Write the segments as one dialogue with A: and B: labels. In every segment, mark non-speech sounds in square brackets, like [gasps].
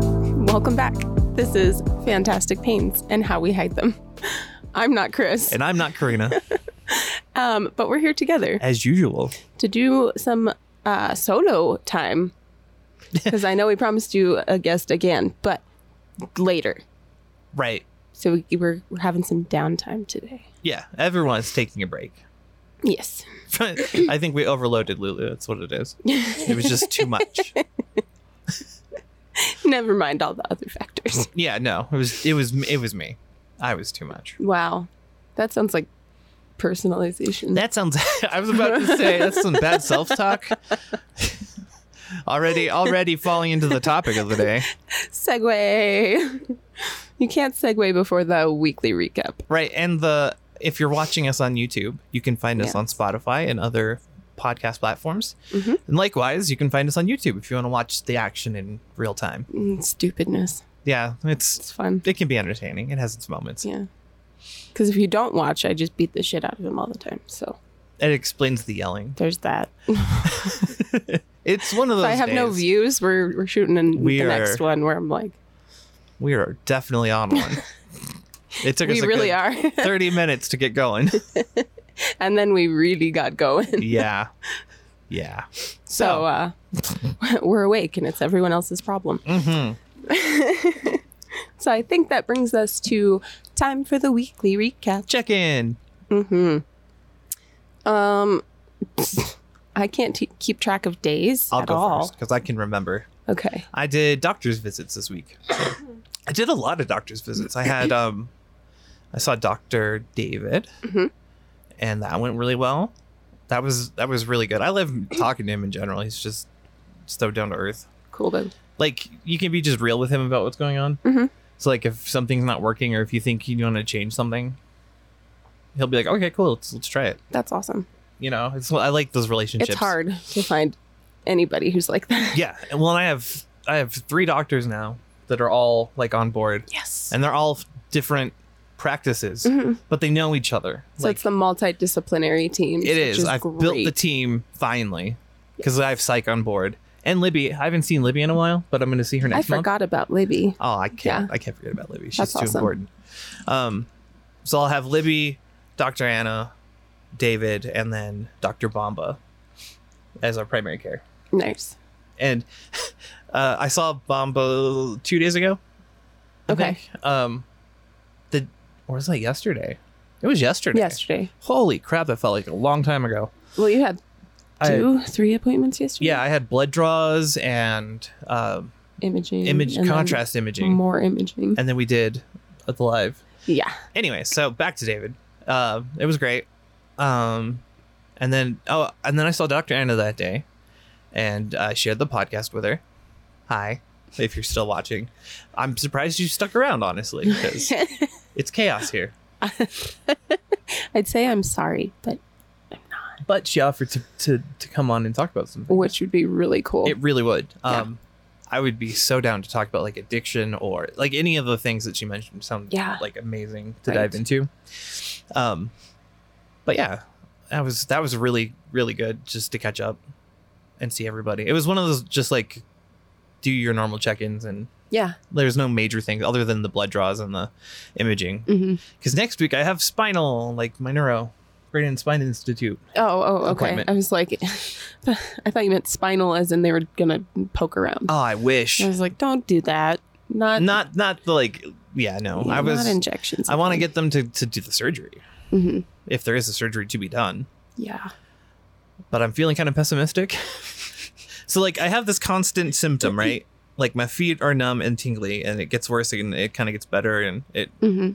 A: Welcome back. This is Fantastic Pains and How We Hide Them. [laughs] I'm not Chris,
B: [laughs] And I'm not Karina,
A: um, but we're here together
B: as usual.
A: to do some uh, solo time because I know we promised you a guest again, but later.
B: Right.
A: So we, we're, we're having some downtime today.
B: Yeah. Everyone is taking a break. [laughs]
A: Yes.
B: I think we overloaded Lulu. That's what it is. It was just too much.
A: Never mind all the other factors.
B: Yeah. No. It was. It was. It was me. I was too much.
A: Wow. That sounds like personalization.
B: That sounds. [laughs] I was about to say that's some bad self-talk. [laughs] already, already falling into the topic of the day.
A: segue. [laughs] You can't segue before the weekly recap.
B: Right. And the if you're watching us on YouTube, you can find us on Spotify and other podcast platforms.
A: Mhm.
B: And likewise, you can find us on YouTube if you want to watch the action in real time.
A: Mm, Stupidness.
B: Yeah, it's
A: It's fun.
B: it can be entertaining. It has its moments.
A: Yeah. Because if you don't watch, I just beat the shit out of him all the time. So
B: It explains the yelling.
A: there's that.
B: It's one of those.
A: If I have no
B: days.
A: views. We're, we're shooting in
B: We
A: the
B: are-
A: next one where I'm like,
B: We are definitely on one.
A: [laughs]
B: it took
A: we
B: us a
A: really
B: good
A: are. [laughs]
B: thirty minutes to get going.
A: and then we really got
B: [laughs]
A: going.
B: yeah, yeah.
A: So uh, [laughs] we're awake and it's everyone else's problem.
B: hmm Mm-hmm.
A: [laughs] So I think that brings us to time for the weekly recap.
B: Check in.
A: Mm-hmm. Um, I can't t- keep track of days
B: I'll
A: at
B: go
A: all.
B: first because I can remember.
A: Okay.
B: I did doctor's visits this week.
A: [coughs]
B: I did a lot of doctor's visits. I had um, I saw Doctor David,
A: Mhm.
B: and that went really well. That was that was really good. I love talking to him in general. He's just so down to earth.
A: Cool, babe.
B: Like you can be just real with him about what's going on.
A: Mhm.
B: So like if something's not working or if you think you want to change something, he'll be like, okay, cool, let's let's try it.
A: That's awesome.
B: You know, it's I like those relationships.
A: It's hard to find anybody who's like that.
B: Yeah. and Well, I have I have three doctors now that are all like on board.
A: Yes.
B: and they're all f- different practices,
A: Mhm.
B: but they know each other.
A: So it's the multidisciplinary team.
B: it is. I've built the
A: great.
B: team finally because I have Psych on board and Libby. I haven't seen Libby in a while, but I'm going to see her
A: I
B: next month.
A: forgot about Libby.
B: Oh, I can't.
A: Yeah.
B: I can't forget about Libby. She's
A: That's
B: too
A: awesome.
B: important. Um, so I'll have Libby, Doctor Anna, David, and then Doctor Bomba as our primary care.
A: Nice.
B: And [laughs] uh, I saw Bomba two days ago. I
A: Okay.
B: think. Um, the or was that yesterday? It was yesterday.
A: Yesterday.
B: Holy crap! That felt like a long time ago.
A: Well, you had
B: I-
A: two, three appointments yesterday.
B: yeah, I had blood draws and um,
A: Imaging.
B: image
A: Mm, and then
B: contrast imaging,
A: More imaging.
B: and then we did the live.
A: yeah.
B: Anyway, so back to David. Uh, it was great. Um, and then oh, and then I saw Dr. Anna that day, and I shared the podcast with her. Hi, if you're still watching, I'm surprised you stuck around. Honestly, because it's chaos here.
A: I'd say I'm sorry, but
B: but she offered to, to, to come on and talk about something.
A: which would be really cool.
B: It really would.
A: Yeah.
B: Um, I would be so down to talk about like addiction or like any of the things that she mentioned sound
A: Yeah.
B: like amazing to
A: Right.
B: dive into. Um, but yeah, that was that was really really good just to catch up and see everybody. It was one of those just like do your normal check ins and
A: yeah.
B: there's no major things other than the blood draws and the imaging.
A: hmm
B: Because next week I have spinal like my neuro, Brain and Spine Institute.
A: Oh, oh, okay.
B: Appointment.
A: I was like, [laughs] I thought you meant spinal, as in they were gonna poke around.
B: Oh, I wish.
A: I was like, don't do that. Not.
B: not not the like yeah no
A: yeah,
B: i was
A: Not injections.
B: i want to get them to, to do the surgery
A: hmm
B: if there is a surgery to be done
A: Yeah.
B: but i'm feeling kind of pessimistic [laughs] so like i have this constant symptom right like my feet are numb and tingly and it gets worse and it kind of gets better and it
A: hmm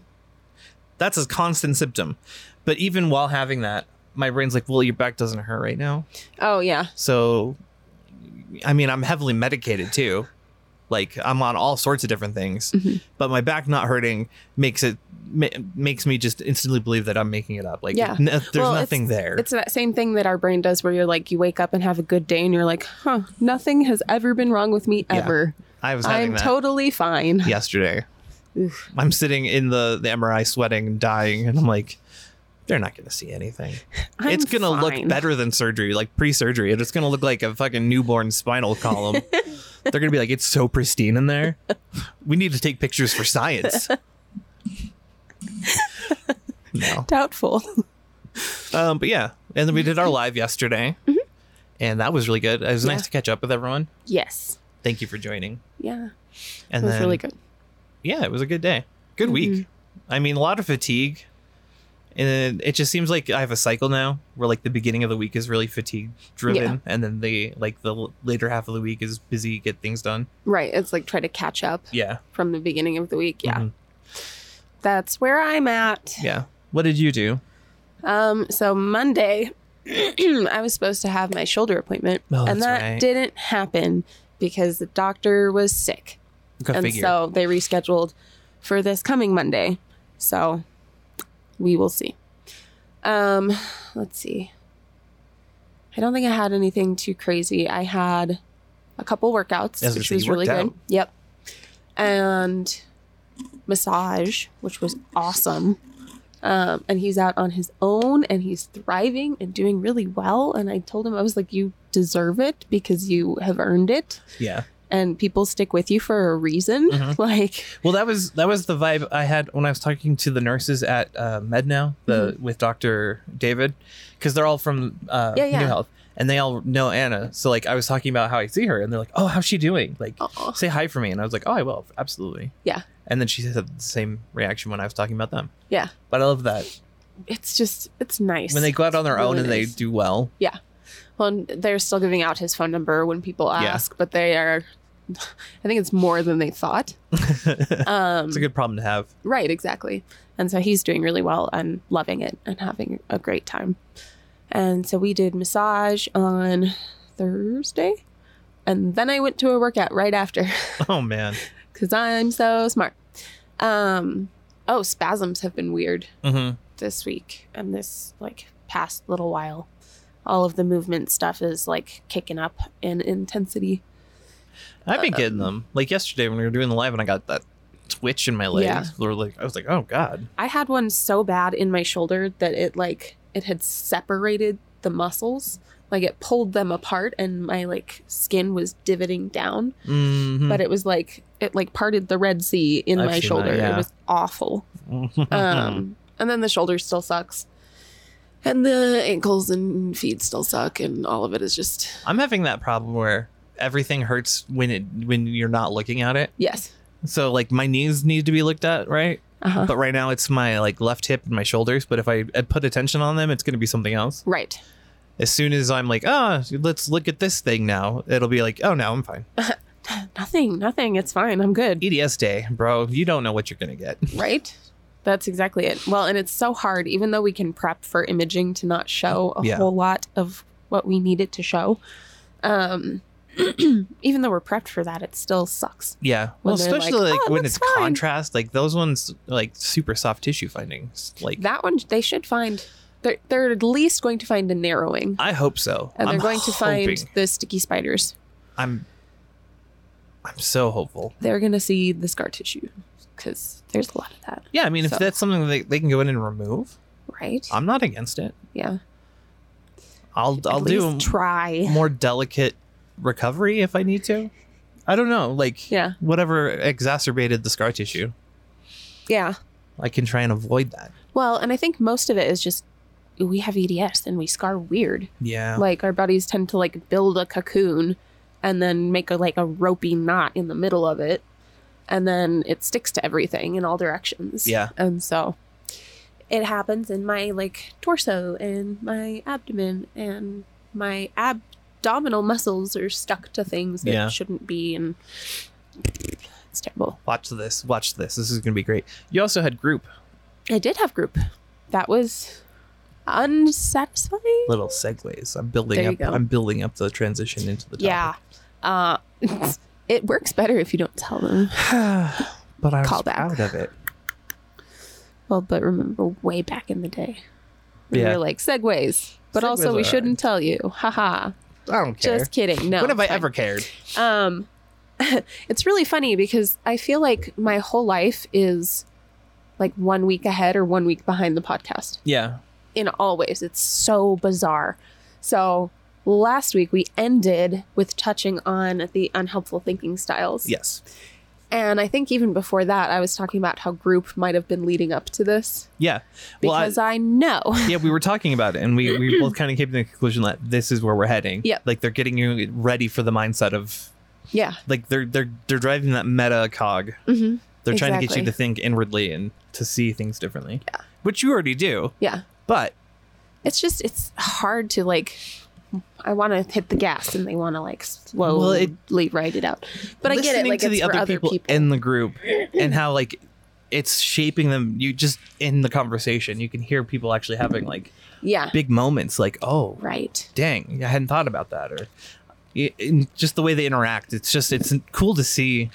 B: that's a constant symptom but even while having that my brain's like well your back doesn't hurt right now
A: Oh yeah.
B: so i mean i'm heavily medicated too like i'm on all sorts of different things
A: Mhm.
B: but my back not hurting makes it ma- makes me just instantly believe that i'm making it up like
A: Yeah.
B: no- there's
A: Well, it's-
B: nothing there
A: It's that same thing that our brain does, where you're like, you wake up and have a good day, and you're like, huh, nothing has ever been wrong with me
B: Yeah.
A: ever.
B: i was having
A: I'm
B: that
A: totally fine.
B: yesterday
A: Oof.
B: i'm sitting in the the mri sweating and dying and i'm like they're not going to see anything.
A: I'm
B: it's going to look
A: fine. [laughs]
B: better than surgery, like pre-surgery. It's going to look like a fucking newborn spinal column. They're gonna be like, it's so pristine in there. We need to take pictures
A: [laughs]
B: for science. no.
A: Doubtful. [laughs]
B: Um, but yeah, and then we did our live yesterday, and that was really good. It was
A: Mm-hmm. Yeah.
B: nice to catch up with everyone.
A: yes.
B: Thank you for joining.
A: Yeah.
B: And
A: it was
B: then,
A: really good. Mm-hmm.
B: yeah, it was a good day, good week. I mean, a lot of fatigue, and it just seems like I have a cycle now where like the beginning of the week is really fatigue driven,
A: Yeah.
B: and then the like the l- later half of the week is busy, get things done.
A: Right. It's like try to catch up
B: Yeah,
A: from the beginning of the week. Yeah.
B: Mhm.
A: That's where I'm at.
B: yeah. What did you do?
A: Um, so Monday, [clears throat] I was supposed to have my shoulder appointment,
B: Oh,
A: and
B: that's
A: that
B: right.
A: didn't happen because the doctor was sick,
B: Go
A: and
B: figure.
A: so they rescheduled for this coming Monday. So we will see. Um, let's see. I don't think I had anything too crazy. I had a couple workouts,
B: I was gonna
A: which
B: say,
A: was
B: you
A: really
B: worked
A: good.
B: out.
A: Yep, and massage, which was awesome um, and he's out on his own and he's thriving and doing really well and i told him i was like you deserve it because you have earned it
B: yeah.
A: and people stick with you for a reason [laughs]
B: Mhm.
A: like
B: Well, that was that was the vibe I had when I was talking to the nurses at uh, MedNow the,
A: Mm-hmm.
B: with Doctor David, because they're all from uh,
A: Yeah, yeah.
B: New Health and they all know Anna. So like I was talking about how I see her and they're like, "Oh, how's she doing?" Like,
A: oh
B: say hi for me, and I was like, "Oh, I will, absolutely."
A: Yeah.
B: And then she had the same reaction when I was talking about them.
A: Yeah.
B: But I love that
A: it's just it's nice
B: when they go out on their
A: Really
B: own and
A: nice.
B: they do well. [laughs]
A: well, and they're still giving out his phone number when people
B: Yeah.
A: ask but they are [laughs] i think it's more than they
B: [laughs]
A: thought
B: it's
A: um
B: a good problem to have.
A: Right, exactly. And so he's doing really well and loving it and having a great time. And so we did massage on Thursday. And then I went to a workout right after [laughs]
B: Oh man.
A: because I'm so smart. Um, oh, spasms have been weird
B: hmm
A: this week and this like past little while. All of the movement stuff is like kicking up in intensity.
B: I've been
A: Um,
B: getting them. Like yesterday when we were doing the live and I got that twitch in my legs.
A: Yeah.
B: We were like, I was like, oh god.
A: I had one so bad in my shoulder that it like it had separated the muscles, like it pulled them apart, and my like skin was divoting down.
B: Mm-hmm.
A: But it was like it like parted the Red Sea in
B: I've
A: my
B: seen that,
A: shoulder. It
B: yeah. Mm-hmm.
A: was awful. Um, and then the shoulder still sucks, and the ankles and feet still suck, and all of it is just
B: [laughs] I'm having that problem where everything hurts when it when you're not looking at it.
A: yes.
B: So like my knees need to be looked at, right?
A: Uh huh.
B: But right now it's my like left hip and my shoulders. But if I I put attention on them, it's gonna be something else.
A: Right.
B: As soon as I'm like, ah, let's look at this thing now, it'll be like, oh no, I'm fine.
A: Nothing. Nothing. It's fine. I'm good.
B: EDS day, bro. You don't know what you're gonna get.
A: Right? That's exactly it. Well, and it's so hard, even though we can prep for imaging to not show a
B: Yeah.
A: whole lot of what we need it to show. Um, [clears throat] even though we're prepped for that, it still sucks.
B: Yeah.
A: When
B: Well,
A: they're like,
B: especially like,
A: "Oh, it
B: when
A: looks
B: it's
A: fine."
B: contrast, like those ones like super soft tissue findings. Like
A: That one, they should find, they're, they're at least going to find a narrowing.
B: I hope so.
A: And they're
B: I'm
A: going to
B: hoping.
A: find the sticky spiders.
B: I'm I'm so hopeful.
A: They're going to see the scar tissue because there's a lot of that,
B: Yeah, I mean, if
A: So-
B: that's something they, they can go in and remove,
A: right?
B: I'm not against it.
A: yeah.
B: I'll
A: At
B: I'll do
A: least try.
B: more delicate recovery if I need to. I don't know, like
A: Yeah.
B: whatever exacerbated the scar tissue,
A: Yeah.
B: I can try and avoid that.
A: Well, and I think most of it is just we have EDS and we scar weird.
B: Yeah,
A: like our bodies tend to like build a cocoon and then make a like a ropey knot in the middle of it and then it sticks to everything in all directions
B: Yeah.
A: and so it happens in my like torso and my abdomen and my abdominal muscles are stuck to things that
B: Yeah.
A: shouldn't be and it's terrible
B: watch this, watch this. This is gonna be great. You also had group
A: i did have group that was unsatisfying
B: little segues. I'm building
A: There you
B: up.
A: go.
B: I'm building up the transition into the
A: yeah uh [laughs] it works better if you don't tell them
B: Yeah, [sighs] but I was
A: Callback.
B: proud of it.
A: Well, but remember way back in the day, we
B: Yeah.
A: were like segways, but
B: Segways
A: also we
B: are
A: shouldn't tell you. Haha.
B: I don't care.
A: Just kidding. No.
B: when have I
A: it's fine.
B: ever cared?
A: Um, [laughs] it's really funny because I feel like my whole life is like one week ahead or one week behind the podcast
B: Yeah,
A: in all ways. It's so bizarre. So last week we ended with touching on the unhelpful thinking styles.
B: Yes.
A: And I think even before that, I was talking about how group might have been leading up to this
B: Yeah. Well, I,
A: because I know. [laughs]
B: yeah, we were talking about it, and we,
A: [clears throat]
B: we both kind of came to the conclusion that this is where we're heading.
A: Yeah.
B: Like they're getting you ready for the mindset of
A: yeah.
B: like they're they're they're driving that meta cog.
A: hmm
B: They're trying to get
A: Exactly.
B: you to think inwardly and to see things differently. Yeah. Which you already do,
A: Yeah.
B: but
A: It's just, it's hard to like, I want to hit the gas and they want to like slowly
B: Well, it-
A: write it out. But I get it.
B: listening
A: Like,
B: to
A: it's
B: the
A: for
B: other people, in the group and how like it's shaping them. You just in the conversation, you can hear people actually having like
A: yeah.
B: big moments, like oh
A: Right.
B: dang, I hadn't thought about that, or y- and just the way they interact. It's just it's cool to see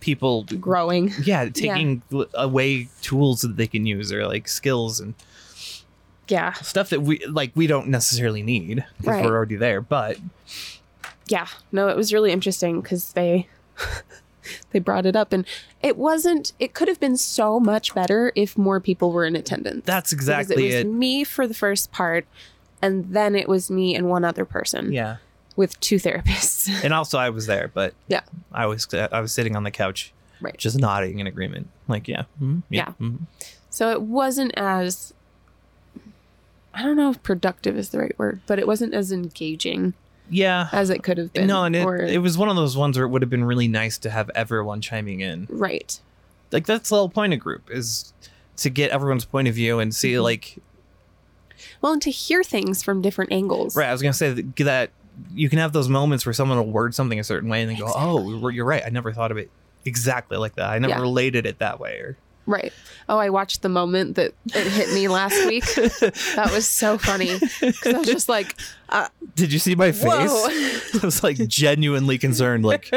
B: people
A: Growing.
B: yeah taking l- away tools that they can use or like skills and
A: Yeah.
B: stuff that we like we don't necessarily need because
A: Right.
B: we're already there but
A: yeah no it was really interesting because they [laughs] they brought it up and it wasn't it could have been so much better if more people were in attendance
B: that's
A: Because
B: exactly
A: it was
B: it,
A: me for the first part and then it was me and one other person
B: yeah
A: with two therapists [laughs]
B: and also i was there but
A: Yeah.
B: i was uh, i was sitting on the couch
A: Right.
B: just nodding in agreement like yeah mhm,
A: Yeah.
B: mhm.
A: so it wasn't as i don't know if productive is the right word but it wasn't as engaging
B: yeah
A: as it could have been
B: no and it,
A: or-
B: it was one of those ones where it would have been really nice to have everyone chiming in
A: right
B: like that's the whole point of group is to get everyone's point of view and see
A: Mhm.
B: like
A: well and to hear things from different angles
B: Right. I was gonna say that, that you can have those moments where someone will word something a certain way and then go, "Oh, you're- you're right. I never thought of it exactly like that. I never
A: Yeah.
B: related it that way." Or
A: Right. Oh, I watched the moment that it hit me last
B: [laughs]
A: week. That was so funny because I was just like, uh,
B: did you see my face?
A: "Whoa!"
B: [laughs] I was like genuinely concerned.
A: [laughs]
B: Like,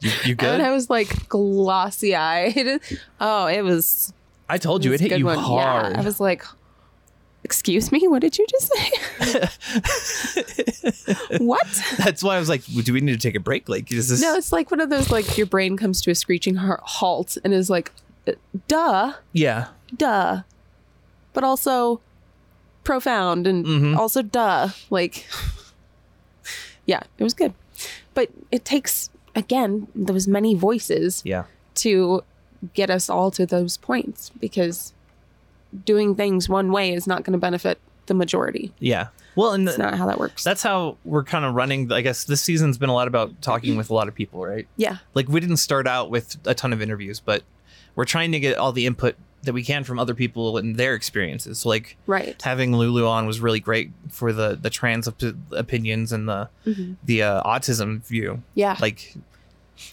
B: you, you good?
A: and I was like glossy-eyed. [laughs] Oh, it was.
B: I told you
A: was
B: it
A: a
B: hit
A: good
B: you
A: one. Yeah.
B: hard.
A: I was like, "Excuse me, what did you just say?
B: [laughs]
A: what?"
B: That's why I was like, "Do we need to take a break? Like, is this?"
A: No, it's like one of those like your brain comes to a screeching har- halt and is like, "Uh, "Duh,
B: yeah.
A: duh," but also profound and
B: Mhm.
A: also duh like [laughs] yeah it was good but it takes again those many voices
B: Yeah.
A: to get us all to those points because doing things one way is not going to benefit the majority
B: Yeah. Well, and
A: it's not how that works
B: that's how we're kind of running. I guess this season's been a lot about talking with a lot of people, right?
A: yeah
B: like we didn't start out with a ton of interviews but we're trying to get all the input that we can from other people and their experiences so like
A: right
B: having lulu on was really great for the the trans op- opinions and the
A: Mhm.
B: the uh, autism view
A: yeah
B: like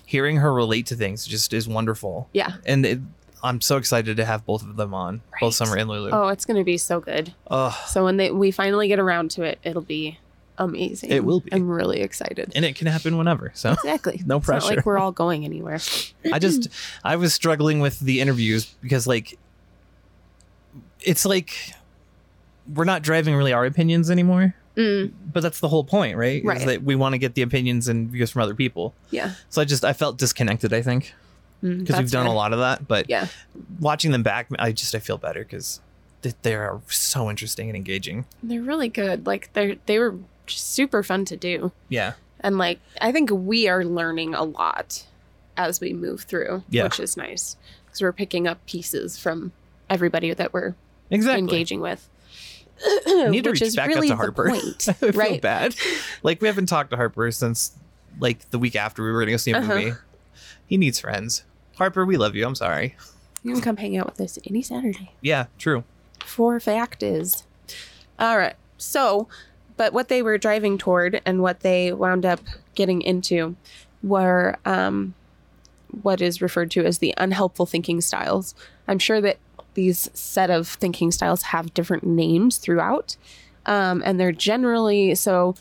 B: hearing her relate to things just is wonderful
A: yeah
B: and it, i'm so excited to have both of them on
A: Right.
B: both summer and lulu
A: oh it's going to be so good
B: Ugh.
A: so when they we finally get around to it it'll be amazing
B: It will be.
A: i'm really excited
B: and it can happen whenever so
A: exactly
B: No
A: It's not
B: pressure.
A: like we're all going anywhere
B: I just
A: Mm-hmm.
B: I was struggling with the interviews because like it's like we're not driving really our opinions anymore.
A: Mm,
B: But that's the whole point, right? Is
A: Right.
B: that we want to get the opinions and views from other people.
A: yeah
B: So I just I felt disconnected, I think, because Mm, we've done a lot of that. But
A: yeah
B: watching them back, I just I feel better because they are so interesting and engaging.
A: They're really good. Like they they were super fun to do.
B: Yeah,
A: And like I think we are learning a lot as we move through,
B: Yeah.
A: which is nice cuz we're picking up pieces from everybody that we're
B: exactly.
A: engaging with.
B: Need to
A: which
B: reach
A: is
B: back
A: really
B: out
A: the
B: to Harper. [laughs]
A: point,
B: I feel
A: right?
B: bad. Like we haven't talked to Harper since like the week after we were going to go see a
A: Uh-huh.
B: movie. He needs friends. Harper, we love you. I'm sorry.
A: You can come hang out with us any Saturday.
B: Yeah, true.
A: For fact is. All right. So, but what they were driving toward and what they wound up getting into were um, what is referred to as the unhelpful thinking styles. I'm sure that these set of thinking styles have different names throughout, um, and they're generally so.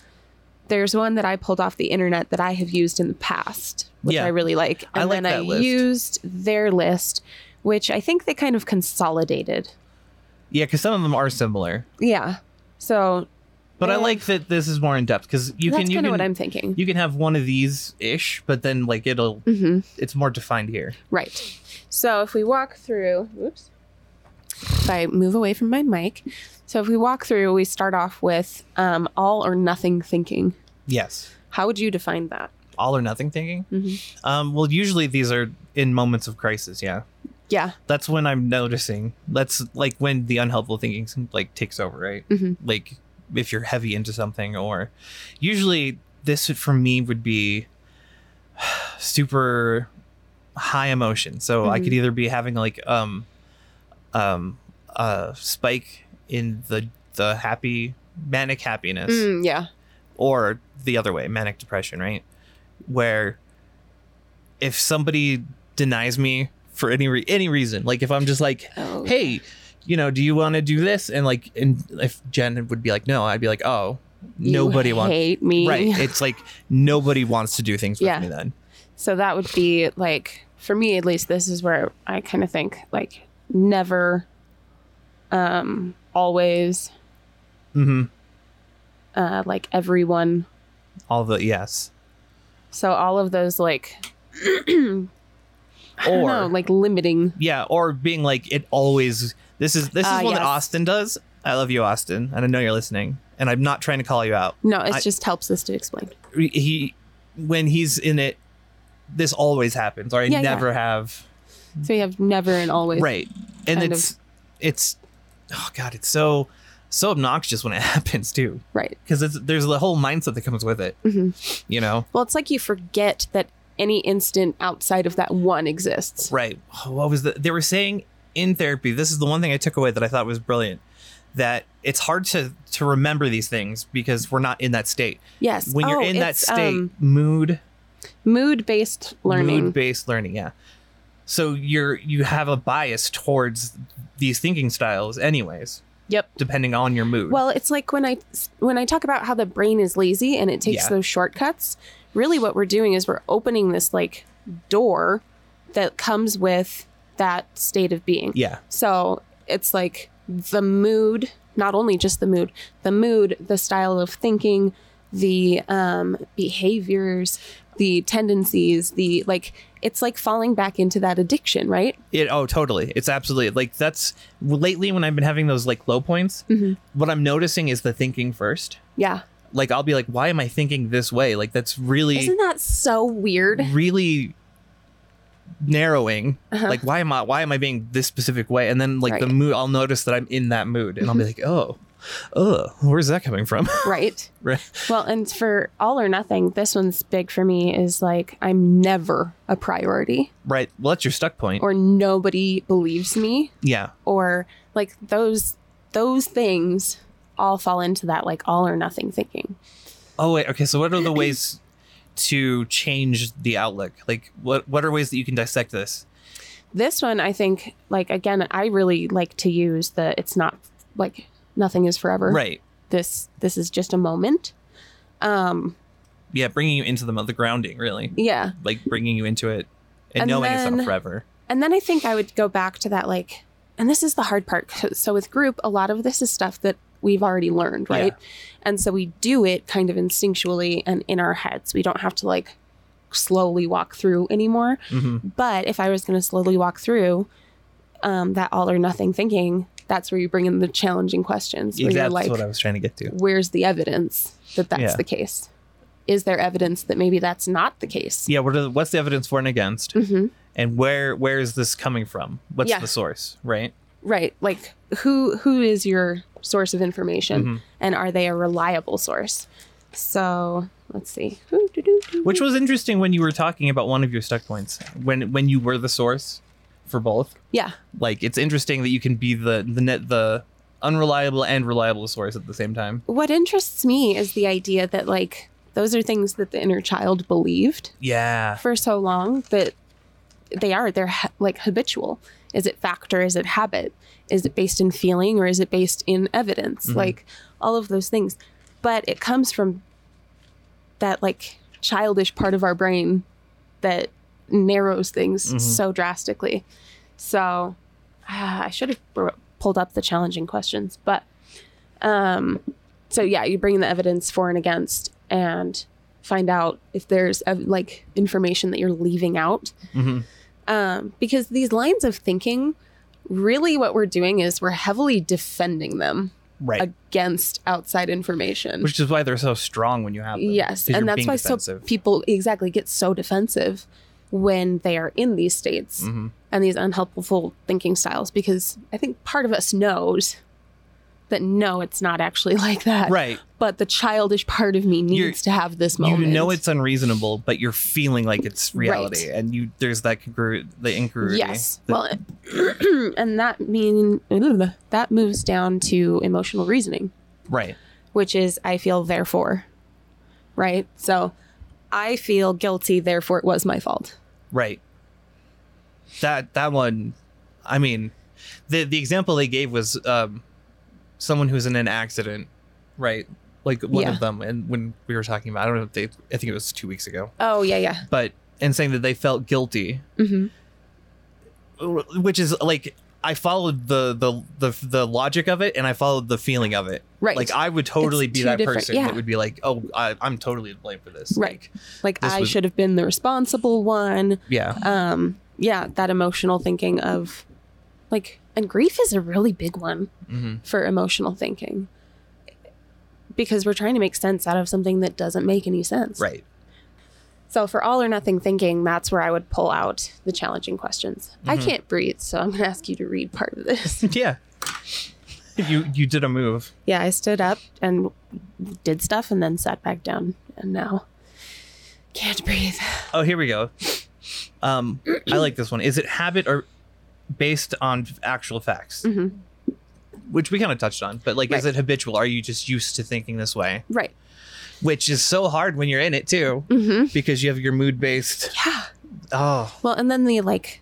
A: There's one that I pulled off the internet that I have used in the past, which
B: Yeah.
A: I really like.
B: I
A: And
B: like
A: then
B: that
A: I
B: list.
A: used their list, which I think they kind of consolidated.
B: Yeah, because some of them are similar,
A: Yeah. So
B: but I
A: Yeah.
B: like that this is more in depth because you
A: that's
B: can you
A: kind of
B: can
A: what I'm thinking.
B: you can have one of these ish, but then like it'll
A: hmm
B: it's more defined here.
A: Right. So if we walk through, oops, if I move away from my mic. So if we walk through, we start off with um, all or nothing thinking.
B: Yes.
A: How would you define that?
B: All or nothing thinking.
A: Mhm.
B: Um, well, usually these are in moments of crisis. Yeah.
A: Yeah.
B: That's when I'm noticing. That's like when the unhelpful thinking like takes over, right?
A: Mhm.
B: Like if you're heavy into something, or usually this for me would be [sighs] super high emotion. So I could either be having like um um a spike in the the happy manic happiness
A: Mm, yeah.
B: or the other way, manic depression, right? Where if somebody denies me for any re- any reason, like if I'm just like,
A: Oh.
B: hey, you know, do you want to do this? And like, and if Jen would be like, no, I'd be like, oh,
A: You
B: nobody wants.
A: hate me.
B: Right. It's like nobody wants to do things with
A: Yeah.
B: me then.
A: So that would be like for me at least this is where I kind of think like never um always
B: hmm
A: uh like everyone.
B: All the yes.
A: So all of those like [laughs] I don't
B: Or
A: know, like limiting
B: yeah, or being like it always. This is this is
A: Ah,
B: one that
A: yes.
B: Austin does. I love you, Austin, and I know you're listening. And I'm not trying to call you out.
A: no, it
B: I-
A: just helps us to explain.
B: he when he's in it this always happens or i
A: Yeah, yeah.
B: never have
A: So you have never and always.
B: Mm. right and
A: kind
B: it's it's oh god it's so so obnoxious when it [laughs] happens too
A: Right.
B: because there's the whole mindset that comes with it
A: Mhm.
B: you know
A: Well, it's like you forget that any instant outside of that one exists.
B: right Oh, what was the they were saying in therapy this is the one thing i took away that i thought was brilliant that it's hard to to remember these things because we're not in that state
A: Yes.
B: when you're
A: Oh,
B: in that
A: it's,
B: state
A: um,
B: mood
A: mood-based learning.
B: mood-based learning yeah so you're you have a bias towards these thinking styles anyways
A: Yep.
B: depending on your mood
A: Well, it's like when I when I talk about how the brain is lazy and it takes
B: Yeah.
A: those shortcuts. Really, what we're doing is we're opening this like door that comes with that state of being.
B: yeah
A: So it's like the mood, not only just the mood, the mood, the style of thinking, the um, behaviors, the tendencies, the like. It's like falling back into that addiction, right?
B: it oh totally it's absolutely like that's lately when i've been having those like low points
A: Mhm.
B: what i'm noticing is the thinking first
A: Yeah.
B: like i'll be like why am i thinking this way like that's really
A: Isn't that so weird?
B: really narrowing
A: Uh-huh.
B: like why am i why am i being this specific way and then like the
A: Right. Mm-hmm.
B: mood i'll notice that i'm in that mood and i'll be like oh oh where's that coming from
A: [laughs]
B: [laughs]
A: right.
B: right
A: Well, and for all or nothing, this one's big for me is like I'm never a priority
B: Right. Well, that's your stuck point.
A: or nobody believes me
B: yeah.
A: or like those those things all fall into that like all or nothing thinking.
B: Oh wait. Okay. So what are the ways to change the outlook? Like, what what are ways that you can dissect this?
A: This one I think like again I really like to use the it's not like nothing is forever.
B: Right.
A: This this is just a moment. Um
B: Yeah. Bringing you into the mo- the grounding, really.
A: yeah.
B: Like bringing you into it and,
A: And
B: knowing it's not
A: then-
B: forever.
A: And then I think I would go back to that, like, and this is the hard part. 'cause- So with group, a lot of this is stuff that we've already learned, right? And so we do it kind of instinctually and in our heads. We don't have to like slowly walk through anymore.
B: hmm
A: But if I was going to slowly walk through um, that all or nothing thinking, that's where you bring in the challenging questions where
B: Exactly.
A: you're
B: That's
A: like,
B: what I was trying to get to.
A: where's the evidence that that's
B: Yeah.
A: the case? Is there evidence that maybe that's not the case?
B: Yeah. What are the, what's the evidence for and against?
A: hmm
B: And where where is this coming from? What's
A: Yeah. Mm-hmm.
B: the source? Right.
A: right like who who is your source of information
B: Mhm.
A: and are they a reliable source so let's see Ooh, doo, doo, doo.
B: Which was interesting when you were talking about one of your stuck points when when you were the source for both.
A: yeah
B: like it's interesting that you can be the the net the unreliable and reliable source at the same time
A: what interests me is the idea that like those are things that the inner child believed
B: yeah
A: for so long that they are they're ha- like habitual is it fact or is it habit is it based in feeling or is it based in evidence
B: Mhm.
A: like all of those things but it comes from that like childish part of our brain that narrows things
B: Mhm.
A: so drastically so ah, i should have br- pulled up the challenging questions but um so yeah you bring in the evidence for and against and find out if there's uh, like information that you're leaving out
B: hmm
A: um, because these lines of thinking really what we're doing is we're heavily defending them
B: Right.
A: against outside information.
B: Which is why they're so strong when you have them.
A: yes,
B: 'cause
A: and
B: you're
A: that's
B: being
A: why
B: defensive.
A: so people exactly get so defensive when they are in these states
B: Mhm.
A: and these unhelpful thinking styles because I think part of us knows that no, it's not actually [laughs] like that.
B: Right.
A: But the childish part of me needs
B: You're-
A: to have this moment.
B: You know it's unreasonable, but you're feeling like it's reality, and you there's that congru- the incongruity.
A: Yes.
B: The-
A: Well, [clears throat] and that mean [clears throat] that moves down to emotional reasoning,
B: right.
A: which is I feel therefore, right? So I feel guilty, therefore it was my fault.
B: Right. That that one, I mean, the the example they gave was um, someone who's in an accident, right? Like one
A: Yeah.
B: of them, and when we were talking about, I don't know if they, I think it was two weeks ago,
A: Oh yeah, yeah.
B: but and saying that they felt guilty,
A: hmm
B: which is like I followed the the the the logic of it, and I followed the feeling of it.
A: Right.
B: Like I would totally
A: It's
B: be
A: two
B: that
A: different-
B: person
A: yeah.
B: that would be like, oh, I, I'm totally to blame for this.
A: Right. like
B: this
A: I
B: was-
A: should have been the responsible one.
B: Yeah.
A: Um, yeah, that emotional thinking of, like, and grief is a really big one
B: hmm
A: for emotional thinking because we're trying to make sense out of something that doesn't make any sense. [laughs]
B: Right.
A: So for all or nothing thinking, that's where I would pull out the challenging questions. I
B: Mhm.
A: can't breathe, so I'm going to ask you to read part of
B: [laughs]
A: this.
B: yeah. You you did a move.
A: yeah, I stood up and did stuff and then sat back down and now can't breathe.
B: Oh, here we go. Um, I like this one. Is it habit or based on actual facts,
A: hmm
B: which we kind of touched on? But like, is
A: Right.
B: it habitual? Are you just used to thinking this way?
A: Right.
B: Which is so hard when you're in
A: [laughs]
B: it too,
A: hmm
B: because you have your mood based.
A: Yeah.
B: Oh,
A: Well, and then the like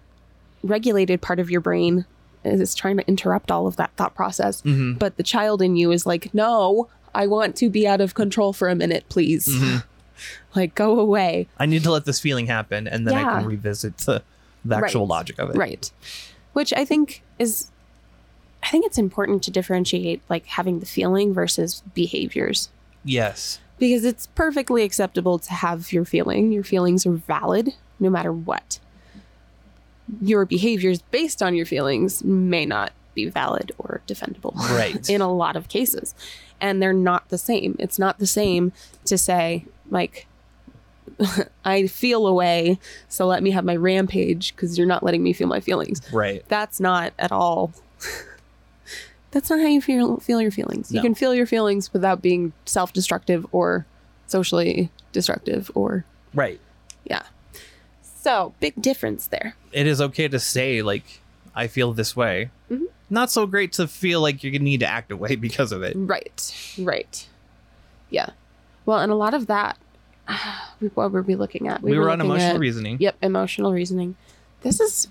A: regulated part of your brain is trying to interrupt all of that thought process.
B: Mhm.
A: But the child in you is like, no, I want to be out of control for a minute, please.
B: Mhm.
A: [laughs] Like, go away.
B: I need to let this feeling happen, and then I
A: Yeah.
B: can revisit the, the actual
A: Right.
B: logic of it.
A: Right. Which I think is, I think it's important to differentiate like having the feeling versus behaviors
B: Yes.
A: because it's perfectly acceptable to have your feeling. Your feelings are valid no matter what. Your behaviors based on your feelings may not be valid or defendable
B: Right.
A: in a lot of cases. And they're not the same. It's not the same to say, like, [laughs] I feel a way, so let me have my rampage because you're not letting me feel my feelings.
B: right.
A: That's not at all. [laughs] That's not how you feel, feel your feelings.
B: No.
A: You can feel your feelings without being self destructive or socially destructive or.
B: Right.
A: So, big difference there.
B: it is okay to say like I feel this way.
A: Mhm.
B: Not so great to feel like you're gonna need to act away [laughs] because of it.
A: Right. Right. Yeah. Well, and a lot of that, [sighs] what were we looking at?
B: We, were, on
A: looking
B: emotional
A: at-
B: reasoning.
A: Yep, emotional reasoning. This is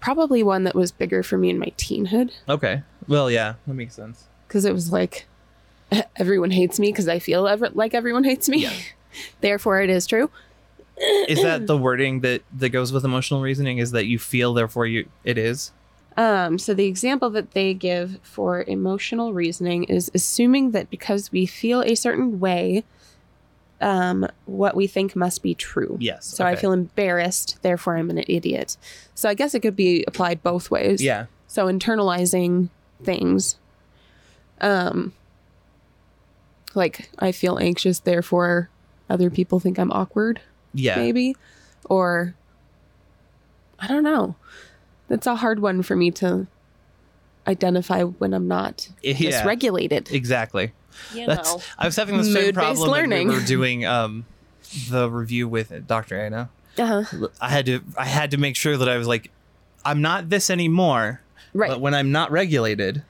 A: probably one that was bigger for me in my teenhood
B: Okay. Well, yeah, that makes sense.
A: because it was like [laughs] everyone hates me because I feel ever- like everyone hates me. [laughs] Therefore, it is true.
B: Is that the wording that that goes with emotional reasoning? Is that you feel, therefore you it is.
A: Um, so the example that they give for emotional reasoning is assuming that because we feel a certain way, um, what we think must be true.
B: Yes.
A: So I
B: okay.
A: feel embarrassed, therefore I'm an idiot. So I guess it could be applied both ways.
B: Yeah.
A: so internalizing things um like i feel anxious therefore other people think i'm awkward
B: Yeah.
A: maybe or i don't know that's a hard one for me to identify when i'm not
B: Yeah.
A: dysregulated
B: Exactly.
A: you
B: That's I was having the same
A: Mood-based
B: problem
A: learning.
B: when we were doing um the review with Dr. Anna.
A: uh-huh.
B: I had to I had to make sure that I was like I'm not this anymore.
A: right
B: But when I'm not regulated,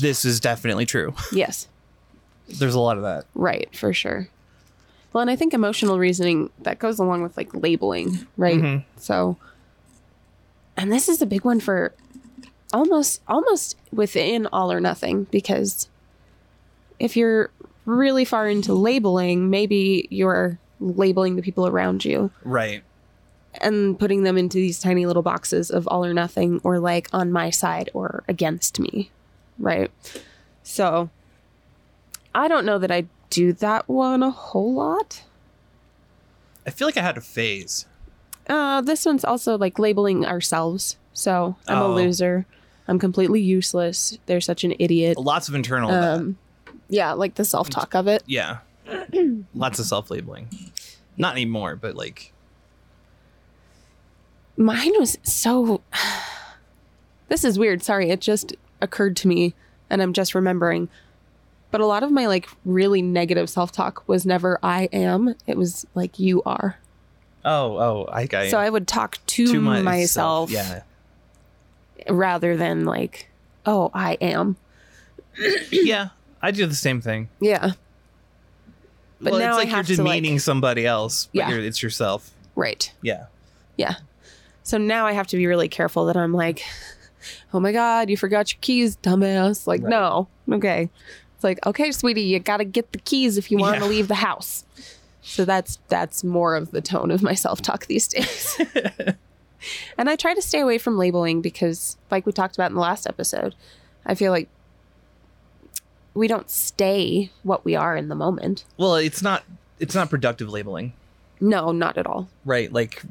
B: this is definitely true. [laughs]
A: yes
B: There's a lot of that.
A: right for sure well and i think emotional reasoning that goes along with like labeling right
B: Mhm.
A: So, and this is a big one for almost almost within all or nothing because if you're really far into labeling, maybe you're labeling the people around you
B: Right.
A: and putting them into these tiny little boxes of all or nothing or like on my side or against me, right? So, I don't know that I do that one a whole lot.
B: I feel like I had a phase.
A: Uh, this one's also like labeling ourselves So I'm
B: Oh.
A: a loser. I'm completely useless. They're such an idiot.
B: Lots of internal.
A: Um, yeah, like the self talk of it.
B: yeah.
A: [clears throat]
B: Lots of self labeling. Not anymore, but like
A: Mine was so. [sighs] this is weird. Sorry, it just occurred to me, and I'm just remembering. But a lot of my like really negative self talk was never "I am." It was like "You are."
B: oh oh I got
A: So I would talk to, myself
B: Yeah.
A: rather than like "Oh, I am."
B: yeah. I do the same thing.
A: Yeah, But
B: well,
A: now I
B: it's like
A: have
B: you're
A: to, like-
B: demeaning somebody else, but
A: Yeah.
B: you're, it's yourself.
A: right.
B: Yeah.
A: So now I have to be really careful that I'm like, oh my God, you forgot your keys, dumbass. Like,
B: Right.
A: no, okay. It's like, okay, sweetie, you got to get the keys if you want to
B: Yeah.
A: leave the house. So that's that's more of the tone of my self talk these days.
B: [laughs]
A: and I try to stay away from labeling because, like we talked about in the last episode, I feel like we don't stay what we are in the moment.
B: Well, it's not it's not productive labeling,
A: No, not at all.
B: right? Like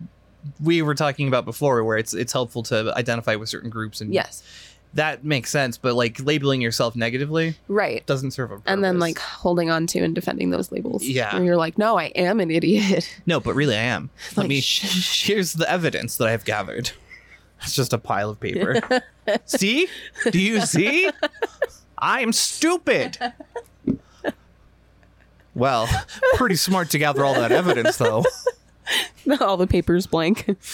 B: we were talking about before where it's it's helpful to identify with certain groups and
A: Yes.
B: that makes sense, but like labeling yourself negatively
A: Right.
B: doesn't serve a purpose.
A: and then like holding on to and defending those labels.
B: Yeah.
A: and you're like, no, I am an idiot. [laughs]
B: no, but really I am. Let
A: Like,
B: me
A: shh.
B: [laughs] here's the evidence that I've gathered. It's just a pile
A: [laughs]
B: of paper. see? Do you see? I'm stupid. Well, pretty smart to gather all that evidence though.
A: All the papers blank. [laughs]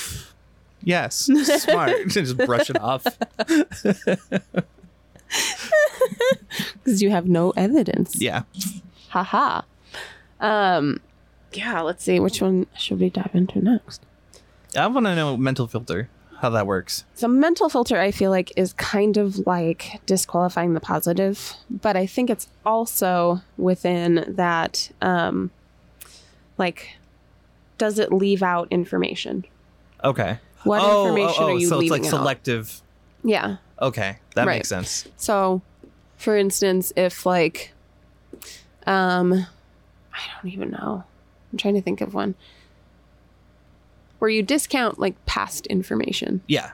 B: Yes, smart. [laughs] just brush it off.
A: Because you have no evidence.
B: Yeah.
A: Haha. Um yeah, let's see which one should we dive into next.
B: I want to know mental filter, how that works.
A: So mental filter I feel like is kind of like disqualifying the positive, but I think it's also within that um like does it leave out information?
B: Okay.
A: What
B: oh,
A: information
B: oh, oh,
A: are you
B: so it's
A: leaving
B: like
A: out?
B: selective.
A: yeah.
B: Okay, that
A: Right.
B: makes sense.
A: So, for instance, if like, um, I don't even know. I'm trying to think of one where you discount like past information.
B: Yeah.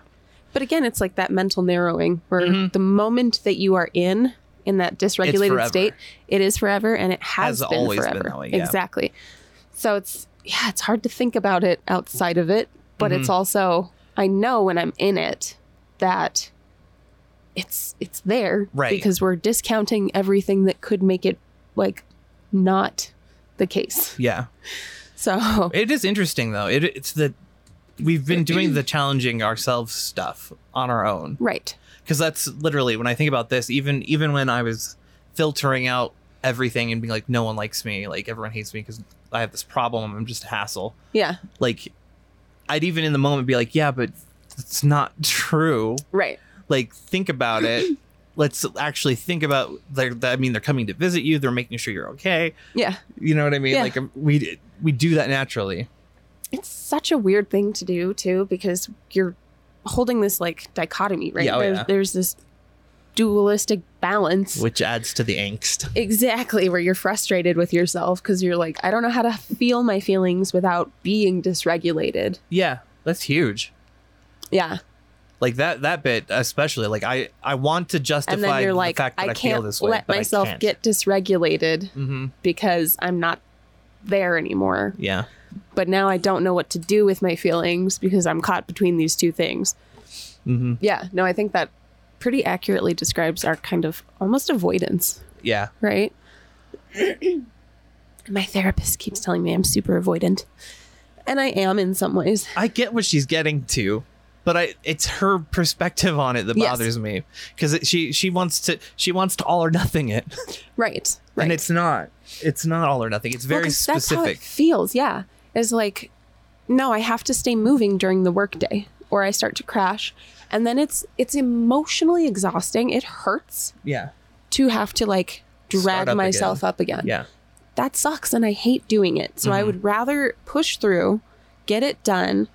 A: But again, it's like that mental narrowing where
B: Mhm.
A: the moment that you are in in that dysregulated
B: forever.
A: state, it is forever and it has,
B: Has
A: been
B: always been
A: forever.
B: that way, yeah.
A: Exactly. So it's yeah, it's hard to think about it outside of it, but
B: Mm-hmm.
A: it's also I know when I'm in it that it's it's there
B: Right.
A: because we're discounting everything that could make it like not the case.
B: Yeah.
A: So [laughs]
B: It is interesting though. It, it's that we've been doing the challenging ourselves stuff on our own
A: right.
B: because that's literally when I think about this. Even even when I was filtering out everything and being like, no one likes me, like everyone hates me because I have this problem. I'm just a hassle.
A: Yeah.
B: Like, I'd even in the moment be like, yeah, but it's not [laughs] true.
A: Right.
B: like think about it let's actually think about they're, i mean they're coming to visit you they're making sure you're okay
A: Yeah.
B: you know what i mean
A: Yeah.
B: like um, we we do that naturally
A: it's such a weird thing to do too because you're holding this like dichotomy right
B: Yeah, oh,
A: there's,
B: yeah.
A: there's this dualistic balance
B: which adds to the angst
A: exactly where you're frustrated with yourself because you're like i don't know how to feel my feelings without being dysregulated
B: yeah that's huge
A: yeah
B: like that that bit especially like i i want to justify
A: and then you're
B: the
A: like
B: fact that
A: i
B: i, feel
A: can't
B: this way
A: let
B: but
A: myself
B: I can't.
A: get dysregulated
B: hmm
A: because i'm not there anymore
B: yeah
A: but now i don't know what to do with my feelings because i'm caught between these two things
B: hmm
A: yeah no i think that pretty accurately describes our kind of almost avoidance
B: yeah
A: right? [clears throat] My therapist keeps telling me I'm super avoidant. And I am in some ways.
B: i get what she's getting to but I, it's her perspective on it that
A: Yes.
B: bothers me because she she wants to she wants to all or nothing it [laughs]
A: Right. Right.
B: and it's not it's not all or nothing it's
A: Well,
B: very
A: 'cause That's how it
B: specific
A: feels, yeah. It's like, no, I have to stay moving during the workday or I start to crash. And then it's it's emotionally exhausting. It hurts
B: yeah
A: to have to like
B: Start
A: drag
B: up
A: myself up again.
B: yeah
A: that sucks and I hate doing it. So
B: Mm-hmm.
A: I would rather push through, get it done,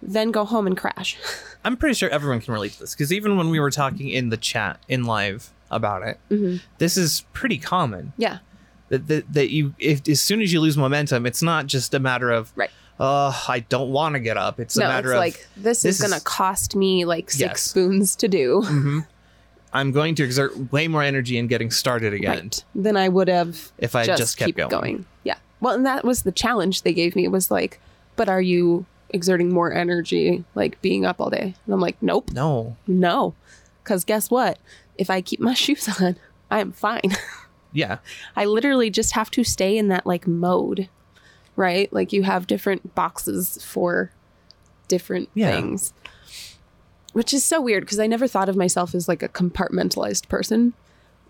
A: than go home and crash. [laughs]
B: i'm pretty sure everyone can relate to this because even when we were talking in the chat in live about it
A: Mm-hmm.
B: this is pretty common
A: Yeah.
B: that, that, that you if as soon as you lose momentum it's not just a matter of
A: Right.
B: uh, I don't want to get up. It's a
A: no,
B: matter
A: it's
B: of
A: like this,
B: this
A: is going
B: is-
A: to cost me like six
B: Yes.
A: spoons to do.
B: Mhm. I'm going to exert way more energy in getting started again
A: Right. Then I would have
B: if I just,
A: just,
B: kept
A: keep going. Yeah. Well, and that was the challenge they gave me was like, but are you exerting more energy like being up all day? And I'm like, nope,
B: No.
A: no. Cuz guess what? If I keep my [laughs] shoes on, I am fine.
B: Yeah.
A: I literally just have to stay in that like mode. Right? Like you have different boxes for different
B: Yeah.
A: things. Which is so weird because I never thought of myself as like a compartmentalized person,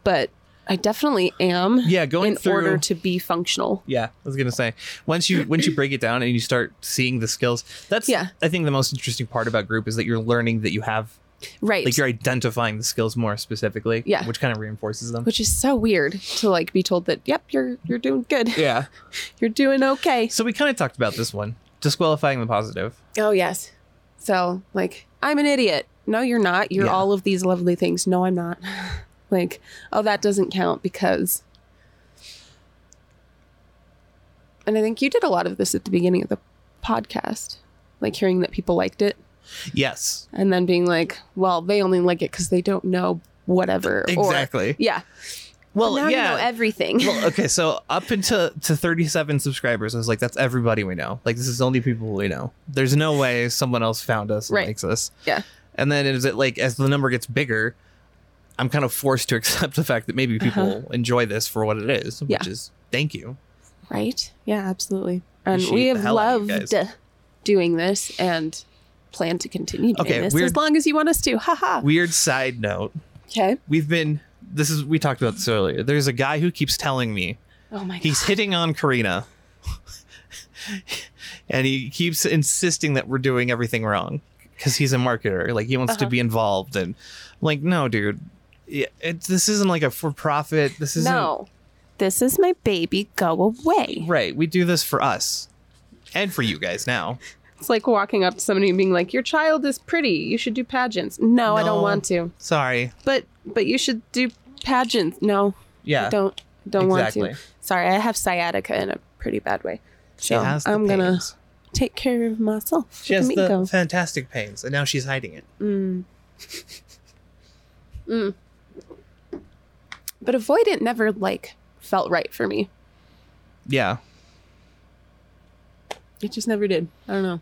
A: but I definitely am
B: Yeah. Going
A: in
B: through.
A: order to be functional.
B: yeah, I was gonna say once you once you break it down and you start seeing the skills, that's
A: Yeah.
B: I think the most interesting part about group is that you're learning that you have
A: Right.
B: like you're identifying the skills more specifically.
A: Yeah.
B: which kind of reinforces them.
A: Which is so weird to like be told that, yep, you're you're doing good.
B: yeah.
A: You're doing okay.
B: So we kind of talked about this one, disqualifying the positive.
A: Oh yes. So like, I'm an idiot. No, you're not. You're
B: Yeah.
A: all of these lovely things. No, I'm not. [laughs] like, oh that doesn't count because And I think you did a lot of this at the beginning of the podcast. Like hearing that people liked it
B: Yes.
A: and then being like, well, they only like it because they don't know whatever. Or,
B: Exactly.
A: yeah.
B: well,
A: now
B: yeah.
A: you know everything.
B: well, okay, so up into to 37 subscribers, I was like, that's everybody we know. Like, this is only people we know. There's no way someone else found us and
A: Right.
B: likes us.
A: [laughs] Yeah.
B: And then is it like as the number gets bigger, I'm kind of forced to [laughs] accept the fact that maybe people enjoy this for what it is, which
A: Uh-huh. Yeah.
B: is thank you.
A: Right? Yeah, absolutely. And
B: should
A: we
B: eat the
A: have
B: hell out of you
A: loved doing this and plan to continue doing
B: Okay,
A: this
B: weird-
A: as long as you want us to. Haha.
B: Weird side note.
A: Okay.
B: We've been this is we talked about this earlier. There's a guy who keeps telling me
A: Oh my
B: he's
A: god.
B: hitting on Karina. and he keeps insisting that we're doing everything wrong because he's a marketer. Like he wants to
A: Uh-huh.
B: be involved. And I'm like, no, dude, Yeah, it, this isn't like a for profit. This isn't
A: No. This is my baby. Go away.
B: right. We do this for us and for you guys now.
A: It's like walking up to somebody and being like, "Your child is pretty. You should do pageants." No, I
B: No.
A: don't want to.
B: Sorry.
A: But but you should do pageants. No,
B: Yeah.
A: don't don't want
B: Exactly.
A: to. Sorry, I have sciatica in a pretty bad way.
B: she
A: So
B: has the
A: I'm gonna
B: pains.
A: take care of myself.
B: She has
A: Let me
B: the
A: go.
B: fantastic pains, and now she's hiding it.
A: But avoidant never like felt right for me.
B: Yeah.
A: It just never did. I don't know.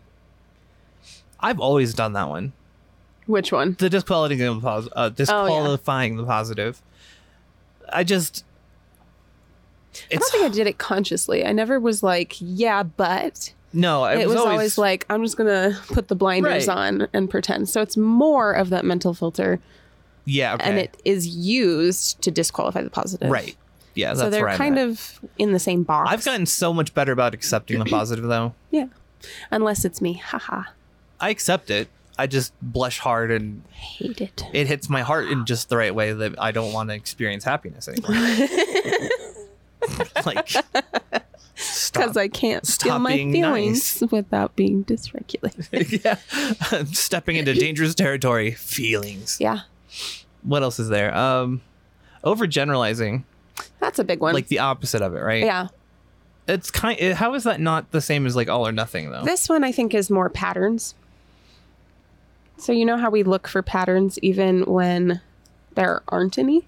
B: I've always done that one.
A: Which one?
B: the disqualifying the pos-
A: Oh,
B: uh, disqualifying the positive. I just
A: I
B: it's
A: don't think I did it consciously. I never was like, yeah, but
B: no,
A: it, was, always, like, I'm just going to put the blinders
B: Right.
A: on and pretend. So it's more of that mental filter
B: yeah, okay.
A: and it is used to disqualify the positive.
B: right, yeah, that's
A: So they're
B: right.
A: kind of in the same box.
B: I've gotten so much better about
A: [clears throat]
B: accepting the positive though.
A: Yeah. Unless it's me. Haha.
B: I accept it. I just blush hard and
A: Hate it.
B: it hits my heart in just the right way that I don't want to experience
A: [laughs]
B: happiness anymore. like stop.
A: Because I can't
B: Stop
A: feel my
B: being
A: feelings without being dysregulated. [laughs]
B: [laughs] yeah. I'm stepping into dangerous territory. Feelings.
A: yeah.
B: What else is there? Um overgeneralizing.
A: That's a big one.
B: like the opposite of it, right?
A: Um, yeah.
B: It's kind. It, how is that not the same as like all or nothing though?
A: This one I think is more patterns. So you know how we look for patterns even when there aren't any?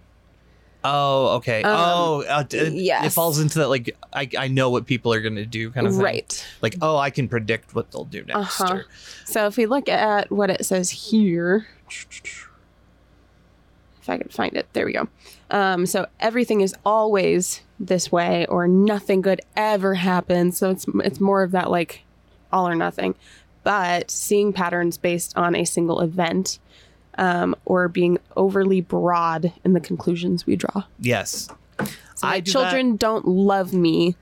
B: oh, okay.
A: Um,
B: oh, uh, d- it, it
A: yes.
B: falls into that like I, I know what people are gonna do kind of thing.
A: Right.
B: Like oh, I can predict what they'll do next.
A: Uh-huh.
B: or-
A: So if we look at what it says here, if I could find it, there we go. Um, so everything is always this way, or nothing good ever happens. So it's it's more of that like all or nothing, but seeing patterns based on a single event, um, or being overly broad in the conclusions we draw.
B: yes.
A: So
B: I
A: my
B: do
A: children don't love me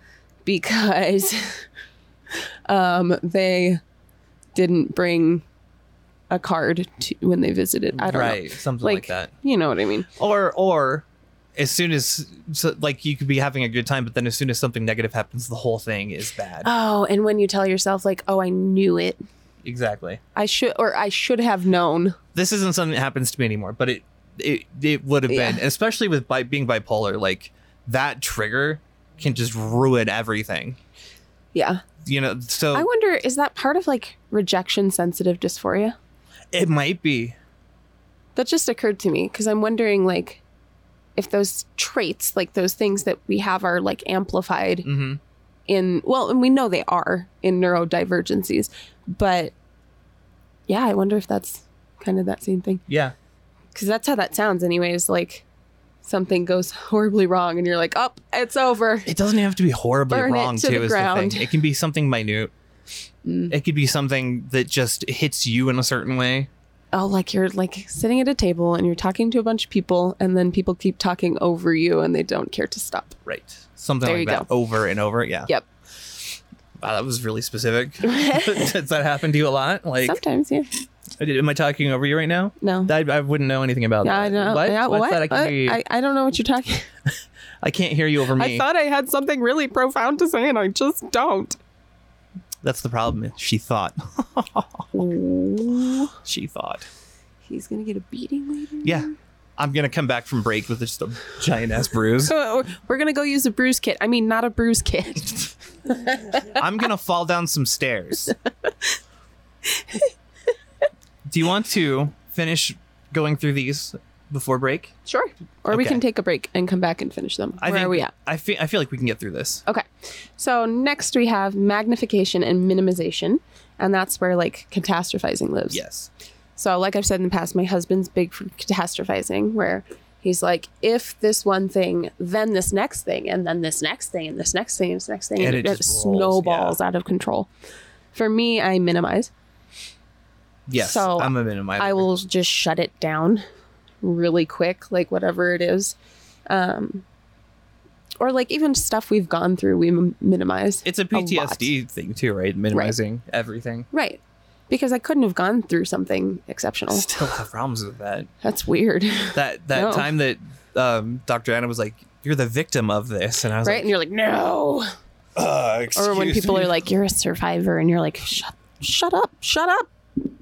A: because [laughs] um, they didn't bring a card to, when they visited. I don't
B: right.
A: know.
B: Something
A: Like,
B: like that.
A: You know what I mean?
B: Or or. As soon as, so, like, you could be having a good time, but then as soon as something negative happens, the whole thing is bad.
A: Oh, and when you tell yourself like, "Oh, I knew it.
B: exactly.
A: I should or I should have known."
B: this isn't something that happens to me anymore, but it it, it would have been,
A: Yeah.
B: especially with bi- being bipolar, like that trigger can just ruin everything.
A: Yeah.
B: You know, so
A: I wonder, is that part of like rejection sensitive dysphoria?
B: it might be.
A: That just occurred to me because I'm wondering, like, if those traits, like those things that we have, are like amplified
B: hmm
A: in, well, and we know they are in neurodivergencies, but yeah, I wonder if that's kind of that same thing.
B: Yeah.
A: Because that's how that sounds, anyways. Like, something goes [laughs] horribly wrong and you're like, oh, it's over.
B: It doesn't have to be horribly
A: Burn it
B: wrong
A: to
B: too.
A: the
B: is
A: ground.
B: the thing. It can be something minute.
A: Mm.
B: It could be something that just hits you in a certain way.
A: Oh, like you're like sitting at a table and you're talking to a bunch of people, and then people keep talking over you and they don't care to stop.
B: Right. Something
A: There
B: like
A: you
B: that over and over. Yeah.
A: Yep.
B: Wow, that was really
A: [laughs]
B: specific. [laughs] Does that happen to you a lot? Like,
A: Sometimes, yeah.
B: am I talking over you right now?
A: No.
B: I, I wouldn't know anything about
A: Yeah,
B: that.
A: I don't know.
B: What?
A: Yeah,
B: What's
A: what?
B: that? I, can
A: What?
B: hear you.
A: I, I don't know what you're talking.
B: I can't hear you over [laughs] me.
A: I thought I had something really profound to say, and I just don't.
B: That's the problem. She thought. [laughs]
A: Ooh,
B: she thought.
A: he's gonna get a beating later.
B: Yeah. I'm gonna come back from break with just a giant ass bruise.
A: [laughs] So we're gonna go use a bruise kit. I mean, not a bruise kit.
B: I'm gonna fall down some stairs. Do you want to finish going through these before break?
A: sure. Or we
B: Okay.
A: can take a break and come back and finish them.
B: I
A: Where
B: think
A: are we at?
B: I feel I feel like we can get through this.
A: Okay. So next we have magnification and minimization, and that's where like catastrophizing lives.
B: Yes.
A: So like I've said in the past, my husband's big for catastrophizing where he's like if this one thing, then this next thing, and then this next thing, and this next thing, and this next thing,
B: And
A: and,
B: it
A: it,
B: just rolls,
A: snowballs out of control. For me, I minimize.
B: Yes.
A: So,
B: I'm a minimizer.
A: I will just shut it down really quick, like whatever it is. Um or like even stuff we've gone through, we m- minimize.
B: It's a
A: lot.
B: PTSD thing too, right? Minimizing
A: [laughs]
B: everything.
A: Right. Because I couldn't have gone through something exceptional.
B: Still have problems with that.
A: That's
B: [laughs]
A: weird. [laughs]
B: That that
A: No.
B: time that um, Dr. Anna was like, "You're the victim of this," and I was
A: Right? And
B: like,
A: you're like, no.
B: "Uh,
A: Or when
B: excuse
A: people
B: me."
A: are like, you're a survivor, and you're like, shut, shut up, shut up,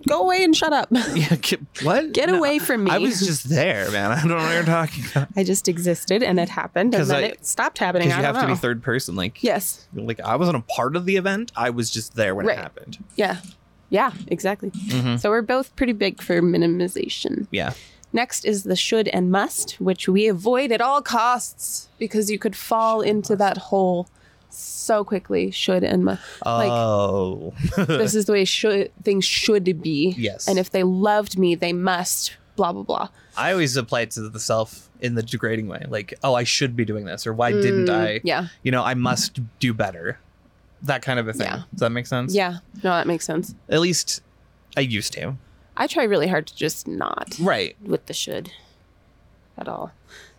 A: go away and shut up, [laughs]
B: [laughs] yeah, get, "What?
A: get
B: No,
A: away from me.
B: I was just there, man. I don't know what you're talking about.
A: I just existed, and it happened,
B: 'Cause
A: and then
B: I-
A: it stopped happening.
B: Because
A: I
B: you
A: don't
B: have to
A: know.
B: be third person. Like,
A: yes.
B: like I wasn't a part of the event. I was just there when
A: Right.
B: it happened.
A: Yeah. Yeah. Exactly.
B: Mhm.
A: So we're both pretty big for minimization.
B: Yeah.
A: Next is the should and must, which we avoid at all costs because you could fall into that hole so quickly. Should and must.
B: Oh. [laughs]
A: this is the way should things should be.
B: Yes.
A: And if they loved me, they must. Blah blah blah.
B: I always apply it to the self in the degrading way. Like, oh, I should be doing this, or why didn't
A: Mm,
B: I?
A: Yeah.
B: You know, I must do better. That kind of a thing.
A: Yeah.
B: Does that make sense?
A: Yeah. No, that makes sense.
B: At least I used to.
A: I try really hard to just not
B: Right.
A: with the should at all.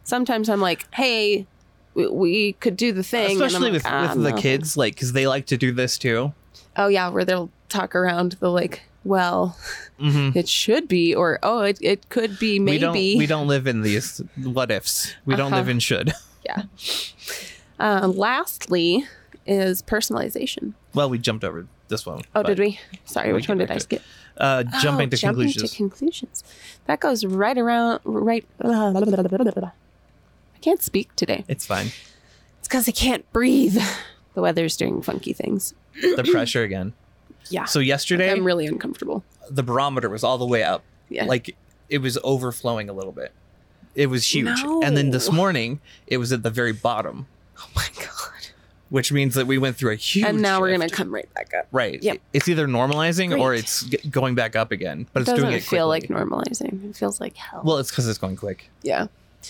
A: Sometimes I'm like, hey, we, we could do the thing. and I'm
B: Especially
A: like,
B: with,
A: "Ah,
B: with the
A: no."
B: kids, like, because they like to do this too.
A: Oh yeah, where they'll talk around the like, well,
B: Mm-hmm.
A: it should be, or oh, it, it could be, maybe.
B: We don't. We don't live in these what ifs. We don't
A: Uh-huh.
B: live in should. [laughs]
A: Uh, lastly, is personalization.
B: Well, we jumped over this one.
A: Oh,
B: but-
A: did we? Sorry,
B: we
A: which
B: can
A: one did I
B: correct
A: skip?
B: it. Uh, jumping
A: Oh,
B: to conclusions.
A: to conclusions. That goes right around, right. I can't speak today. [clears throat]
B: it's fine.
A: It's because I can't breathe. [laughs] The weather's doing funky things.
B: the pressure again.
A: Yeah.
B: So yesterday,
A: I'm really uncomfortable.
B: the barometer was all the way up.
A: Yeah.
B: Like it was overflowing a little bit. It was huge. And then this
A: No.
B: morning, it was at the very bottom,
A: [laughs] oh my god.
B: which means that we went through a huge.
A: And now we're
B: shift.
A: gonna come right back up.
B: Right.
A: Yep.
B: It's either normalizing or
A: Great.
B: it's g- going back up again, but
A: It
B: it's
A: doesn't
B: doing it
A: feel like
B: quickly.
A: normalizing. It feels like hell.
B: Well, it's because it's going quick.
A: yeah.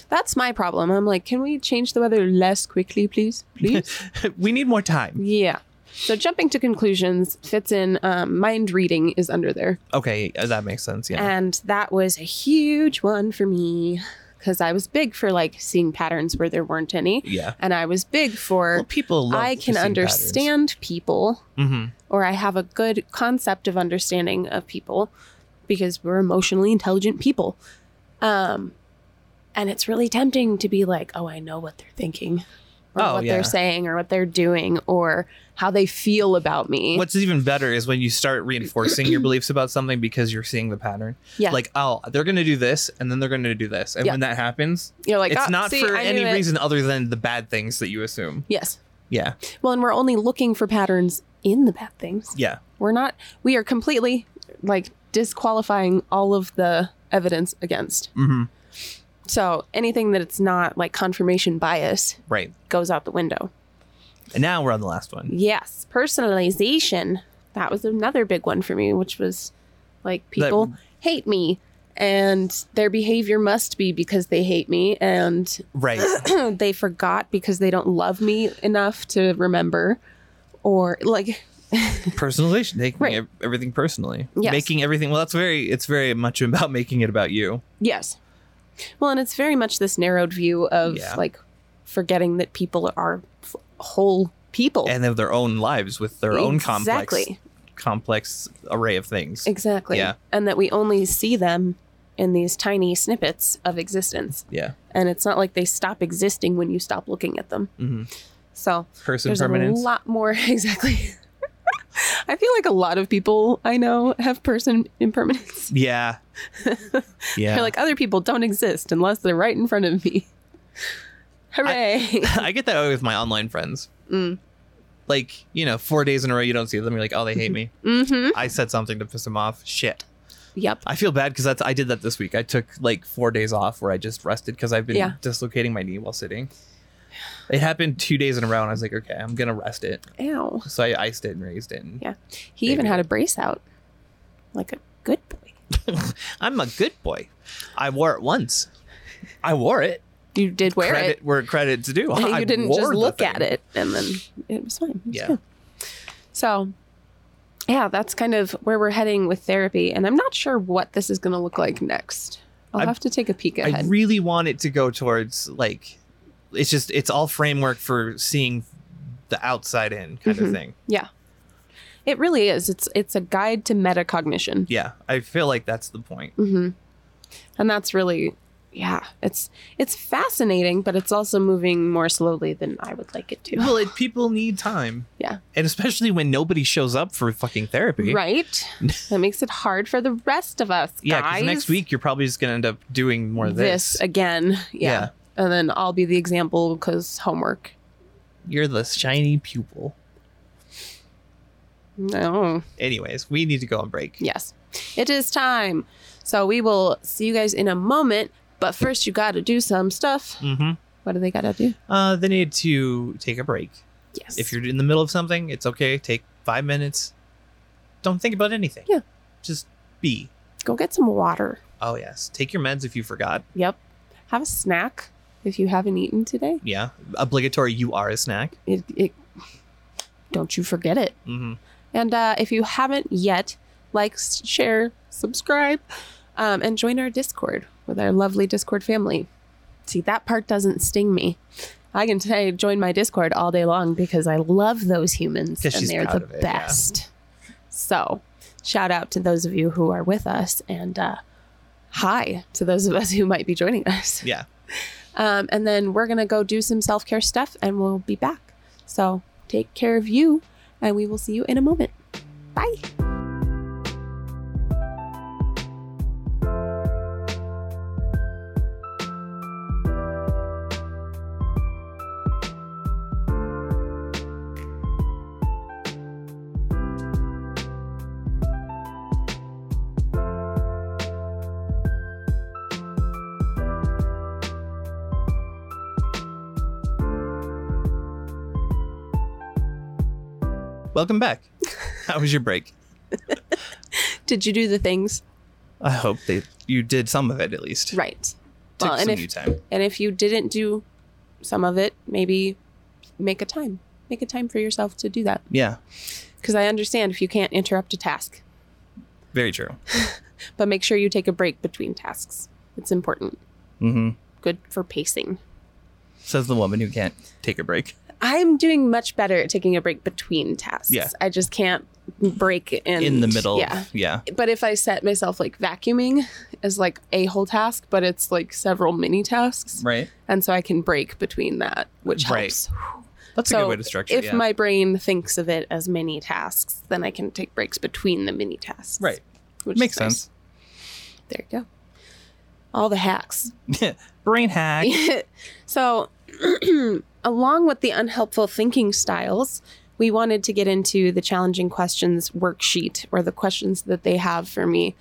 A: That's my problem. I'm like, can we change the weather less quickly,
B: [laughs]
A: please? Please.
B: we need more time.
A: yeah. So jumping to conclusions fits in. Um, mind reading is under there.
B: Okay, uh, that makes sense. Yeah.
A: And that was a huge one for me because I was big for like seeing patterns where there weren't any.
B: yeah.
A: And I was big
B: Well,
A: for
B: people love
A: I can understand Mm-hmm. people
B: hmm
A: or I have a good concept of understanding of people because we're emotionally intelligent people. Um, and it's really tempting to be like, oh, I know what they're thinking or
B: Oh,
A: what
B: yeah.
A: they're saying or what they're doing or how they feel about me.
B: What's even better is when you start reinforcing
A: [clears throat]
B: your beliefs about something because you're seeing the pattern.
A: Yeah.
B: Like, oh, they're going to do this and then they're going to do this. And
A: Yeah.
B: when that happens,
A: You're like,
B: it's
A: "Oh,
B: not
A: see,
B: for
A: I knew
B: any
A: it."
B: reason other than the bad things that you assume.
A: Yes.
B: Yeah.
A: Well, and we're only looking for patterns in the bad things.
B: Yeah.
A: We're not, we are completely like disqualifying all of the evidence against.
B: Mm-hmm.
A: So anything that it's not like confirmation bias
B: Right.
A: goes out the window.
B: And now we're on the
A: [laughs]
B: last one.
A: Yes, personalization. That was another big one for me, which was like people hate me and their behavior must be because they hate me and [clears throat]
B: Right.
A: they forgot because they don't love me enough to remember or like
B: Personalization. Taking
A: Right.
B: ev- everything personally.
A: Yes.
B: Making everything. Well, that's very. It's very much about making it about you.
A: yes. Well, and it's very much this narrowed view of
B: Yeah.
A: like forgetting that people are f- whole people.
B: and have their own lives with their own complex
A: Exactly.
B: complex array of things.
A: Exactly.
B: Yeah.
A: And that we only see them in these tiny snippets of existence.
B: Yeah.
A: And it's not like they stop existing when you stop looking at them.
B: hmm
A: So
B: Person
A: there's
B: permanence.
A: a lot more. [laughs] Exactly. I feel like a lot of people I know have person impermanence. [laughs]
B: yeah. yeah.
A: They're like, other people don't exist unless they're right in front of me. [laughs] Hooray.
B: I get that way with my online friends.
A: mm.
B: Like, you know, four days in a row you don't see them, you're like, oh,
A: [laughs]
B: they hate me.
A: hmm
B: I said something to piss them off. Shit.
A: Yep.
B: I feel bad because that's I did that this week. I took like four days off where I just rested because I've been
A: Yeah.
B: dislocating my knee while sitting. It happened two days in a row, and I was like, okay, I'm gonna rest it.
A: Ow.
B: So I iced it and raised it. And
A: Yeah. He
B: Maybe.
A: even had a brace out. Like a good boy.
B: I'm a good boy. I wore it once. I wore it.
A: You did wear
B: credit
A: it.
B: where credit's due.
A: you
B: I
A: didn't
B: wore
A: just
B: the
A: look
B: thing.
A: at it and then it was fine. It was [laughs]
B: Yeah.
A: good. So, yeah, that's kind of where we're heading with therapy. And I'm not sure what this is going to look like next. I'll
B: I-
A: have to take a peek
B: I
A: ahead.
B: really want it to go towards like it's just it's all framework for seeing the outside in kind of
A: Mhm.
B: thing.
A: it really is. It's it's a guide to metacognition.
B: Yeah, I feel like that's the point.
A: hmm And that's really, yeah, it's it's fascinating, but it's also moving more slowly than I would like it to.
B: Well, it, people need time.
A: Yeah.
B: and especially when nobody shows up for fucking therapy. [laughs]
A: Right? that makes it hard for the rest of us,
B: Yeah,
A: guys.
B: because next week you're probably just gonna end up doing more of this.
A: this again. yeah.
B: yeah,
A: and then I'll be the example because homework.
B: you're the shiny pupil.
A: No.
B: Anyways, we need to go on break.
A: Yes. It is time. So we will see you guys in a moment. But first, you got to do some stuff.
B: Mm-hmm.
A: What do they got to do?
B: Uh, they need to take a break.
A: Yes.
B: If you're in the middle of something, it's okay. Take five minutes. Don't think about anything.
A: Yeah.
B: Just be.
A: go get some water.
B: Oh, yes. Take your meds if you forgot.
A: Yep. Have a snack if you haven't eaten today.
B: Yeah. Obligatory, you are a snack.
A: It, it don't you forget it.
B: hmm
A: And uh, if you haven't yet, like, s- share, subscribe, um, and join our Discord with our lovely Discord family. See, that part doesn't sting me. I can say join my Discord all day long because I love those humans
B: 'Cause
A: and
B: she's
A: they're
B: proud
A: the
B: of it, yeah.
A: best. So, shout out to those of you who are with us and uh, hi to those of us who might be joining us.
B: Yeah.
A: Um, and then we're going to go do some self care stuff and we'll be back. So, take care of you and we will see you in a moment. Bye. [laughs]
B: Welcome back. How was your break?
A: Did you do the things
B: I hope they you did some of it at least.
A: right?
B: Took
A: Well, and
B: some
A: if-
B: you time.
A: And if you didn't do some of it, maybe make a time. Make a time for yourself to do that.
B: Yeah.
A: Because I understand if you can't interrupt a task,
B: Very true.
A: but make sure you take a break between tasks. It's important.
B: hmm
A: Good for pacing.
B: Says the woman who can't take a break.
A: I'm doing much better at taking a break between tasks.
B: Yeah.
A: I just can't break in
B: in the middle.
A: Yeah.
B: Yeah.
A: But if I set myself like vacuuming as like a whole task, but it's like several mini tasks,
B: Right.
A: and so I can break between that, which
B: Right.
A: helps.
B: That's a
A: So
B: good way to structure it.
A: If
B: Yeah.
A: my brain thinks of it as mini tasks, then I can take breaks between the mini tasks.
B: right. [laughs]
A: which is
B: Makes
A: nice.
B: sense.
A: There you go. All the hacks. [laughs]
B: Brain hack.
A: so [clears throat] along with the unhelpful thinking styles, we wanted to get into the challenging questions worksheet or the questions that they have for me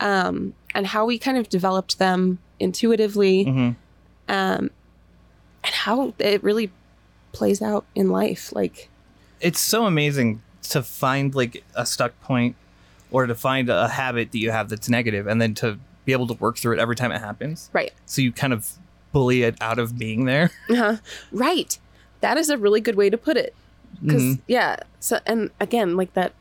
A: um, and how we kind of developed them intuitively
B: Mm-hmm.
A: um, and how it really plays out in life. Like,
B: It's so amazing to find like a stuck point or to find a habit that you have that's negative and then to be able to work through it every time it happens.
A: right.
B: So you kind of bully it out of being there.
A: Uh-huh. Right. That is a really good way to put it. Because,
B: Mhm.
A: yeah. So, and again, like that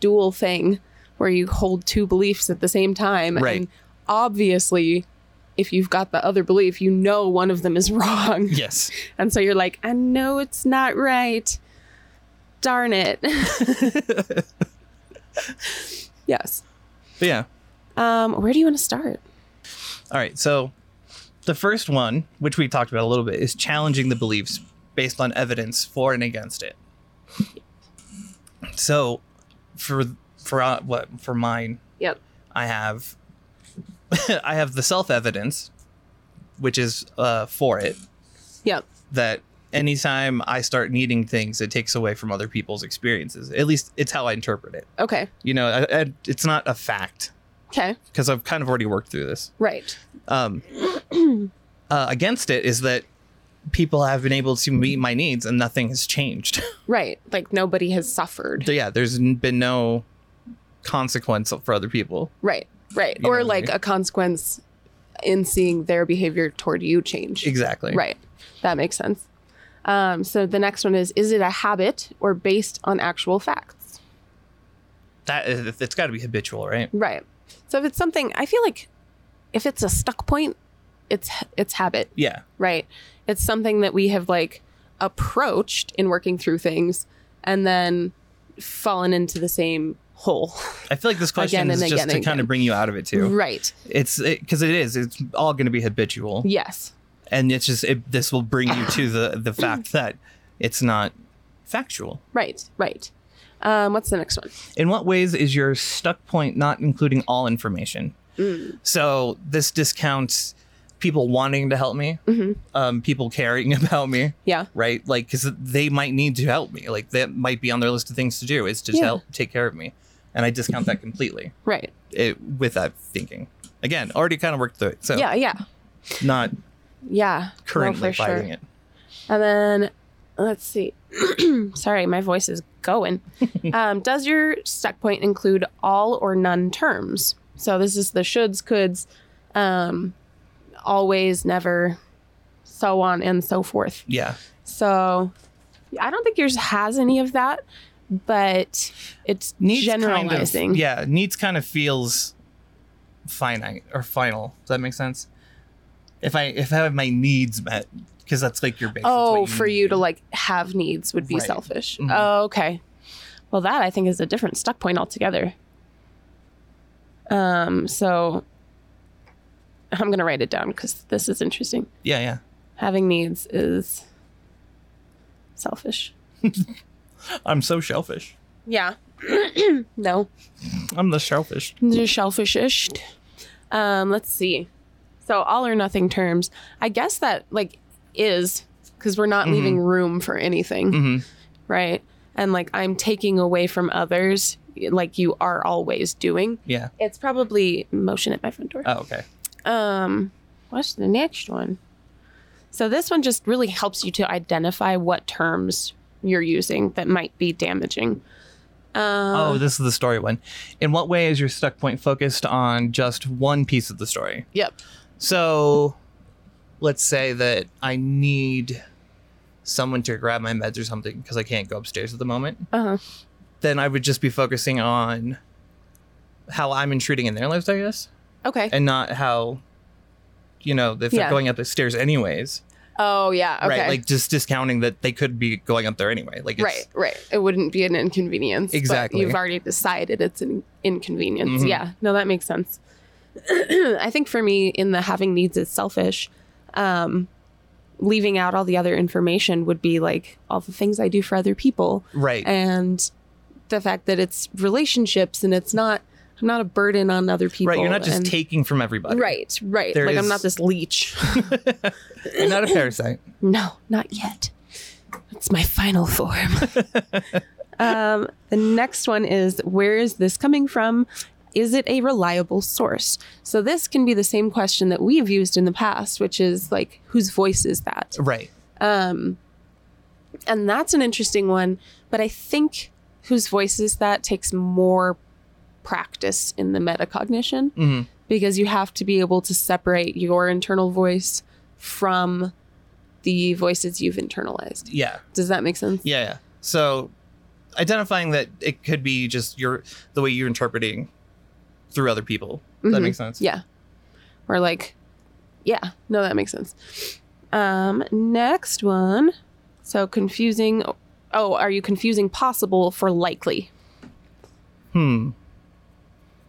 A: dual thing where you hold two beliefs at the same time.
B: Right.
A: And obviously, if you've got the other belief, you know one of them is [laughs] wrong.
B: Yes.
A: And so you're like, I know it's not right. Darn it. [laughs] yes.
B: But yeah.
A: Um, where do you want to start?
B: All right. So the first one, which we talked about a little bit, is challenging the beliefs based on evidence for and against it. So for for uh, what for mine,
A: Yep.
B: I have [laughs] I have the self evidence, which is uh, for it
A: Yep.
B: that anytime I start needing things, it takes away from other people's experiences. At least it's how I interpret it.
A: Okay.
B: You know, I, I, it's not a fact
A: Okay.
B: because I've kind of already worked through this
A: Right.
B: um, uh, against it is that people have been able to meet my needs and nothing has changed. [laughs]
A: Right. Like nobody has suffered.
B: yeah, there's n- been no consequence for other people.
A: Right. Right.
B: You know
A: or
B: what I
A: like
B: mean?
A: a consequence in seeing their behavior toward you change.
B: Exactly.
A: Right. That makes sense. Um, so the next one is is it a habit or based on actual facts?
B: That is, it's got to be habitual, right?
A: Right. So if it's something, I feel like if it's a stuck point, it's it's habit,
B: Yeah.
A: right? It's something that we have like approached in working through things, and then fallen into the same
B: [laughs]
A: hole.
B: I feel like this question
A: Again
B: is
A: and
B: just
A: again
B: to
A: and
B: kind
A: again.
B: of bring you out of it too.
A: Right.
B: It's because it is. It's all going to be habitual,
A: Yes.
B: and it's just it, this will bring you to the
A: [clears throat]
B: the fact that it's not factual.
A: Right. Right. Um, what's the next one?
B: In what ways is your stuck point not including all information?
A: Mm.
B: So this discounts people wanting to help me, um, people caring [laughs] about me,
A: Mm-hmm. Yeah.
B: right? Like, because they might need to help me. Like, that might be on their list of things to do is to
A: Yeah.
B: help take care of me. And I discount that completely
A: Right.
B: it, with that thinking. Again, already kind of worked through it. So,
A: Yeah. Yeah.
B: not
A: Yeah. No,
B: currently
A: for sure.
B: fighting it.
A: And then let's see. [clears throat] Sorry, my voice is
B: [laughs]
A: going. um, does your stuck point include all or none terms? So this is the shoulds, coulds, um, always, never, so on and so forth.
B: Yeah.
A: So I don't think yours has any of that, but it's generalizing.
B: Kind of, yeah. Needs kind of feels finite or final. Does that make sense? If I if I have my needs met, because that's like your base. that's what
A: Oh, for you
B: need.
A: to like have needs would be
B: Right.
A: selfish.
B: Mhm.
A: Oh, okay. Well, that I think is a different stuck point altogether. Um, so I'm gonna write it down because this is interesting.
B: Yeah, yeah.
A: Having needs is selfish.
B: I'm so shellfish.
A: Yeah. [clears throat] no,
B: I'm the shellfish.
A: just shellfish Um, let's see. So all or nothing terms. I guess that like is because we're not
B: Mhm.
A: leaving room for anything.
B: hmm
A: right? And like I'm taking away from others, like you are always doing.
B: Yeah.
A: It's probably motion at my front door.
B: Oh, okay.
A: Um, what's the next one? So this one just really helps you to identify what terms you're using that might be damaging.
B: oh,
A: Um,
B: this is the story one. In what way is your stuck point focused on just one piece of the story?
A: yep.
B: So, let's say that I need someone to grab my meds or something because I can't go upstairs at the moment.
A: Uh huh.
B: then I would just be focusing on how I'm intruding in their lives, I guess,
A: Okay.
B: and not how, you know, if
A: Yeah.
B: they're going up the stairs anyways,
A: Oh yeah. Okay.
B: right? Like just discounting that they could be going up there anyway. Like, it's,
A: right. Right. It wouldn't be an inconvenience. but
B: Exactly.
A: you've already decided it's an inconvenience.
B: Mhm.
A: Yeah. No, that makes sense. [clears throat] I think for me, in the having needs is selfish. Um, leaving out all the other information would be like all the things I do for other people,
B: right,
A: and the fact that it's relationships and it's not. I'm not a burden on other people.
B: right. You're not just
A: and-
B: taking from everybody.
A: Right. Right.
B: There
A: like I'm
B: is-
A: not this leech.
B: You're not a parasite.
A: No, not yet. It's my final form. [laughs] um, the next one is where is this coming from? Is it a reliable source? So this can be the same question that we've used in the past, which is like whose voice is that?
B: Right.
A: Um, and that's an interesting one, but I think whose voice is that takes more practice in the metacognition
B: hmm
A: because you have to be able to separate your internal voice from the voices you've internalized.
B: Yeah.
A: Does that make sense?
B: Yeah, yeah. So identifying that it could be just your the way you're interpreting through other people. Does That
A: Mhm.
B: makes sense.
A: Yeah. Or like, yeah, no, that makes sense. Um, next one. So confusing. Oh, are you confusing possible for likely?
B: Hmm.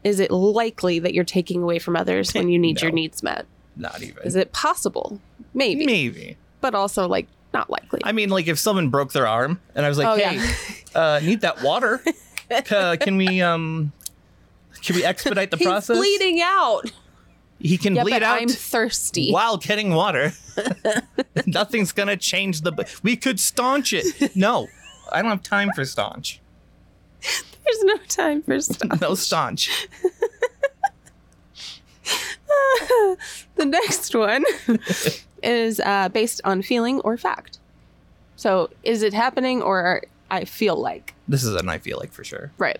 A: Is it likely that you're taking away from others when you need your
B: No.
A: needs met?
B: Not even.
A: Is it possible? Maybe,
B: Maybe.
A: but also like not likely.
B: I mean, like if someone broke their arm and I was like,
A: oh
B: "Hey,
A: yeah,
B: uh, need that water? Uh, can we um, can we expedite
A: [laughs]
B: the
A: he's
B: process?
A: bleeding out.
B: He can
A: Yeah,
B: bleed
A: but
B: out
A: I'm thirsty.
B: while
A: [laughs]
B: getting water. [laughs] Nothing's gonna change the. ble- We could staunch it. No, I don't have time for staunch.
A: There's no time for stuff. [laughs]
B: No staunch.
A: [laughs] the next one is uh, based on feeling or fact. So, is it happening or I feel like?
B: This is an I feel like for sure.
A: Right.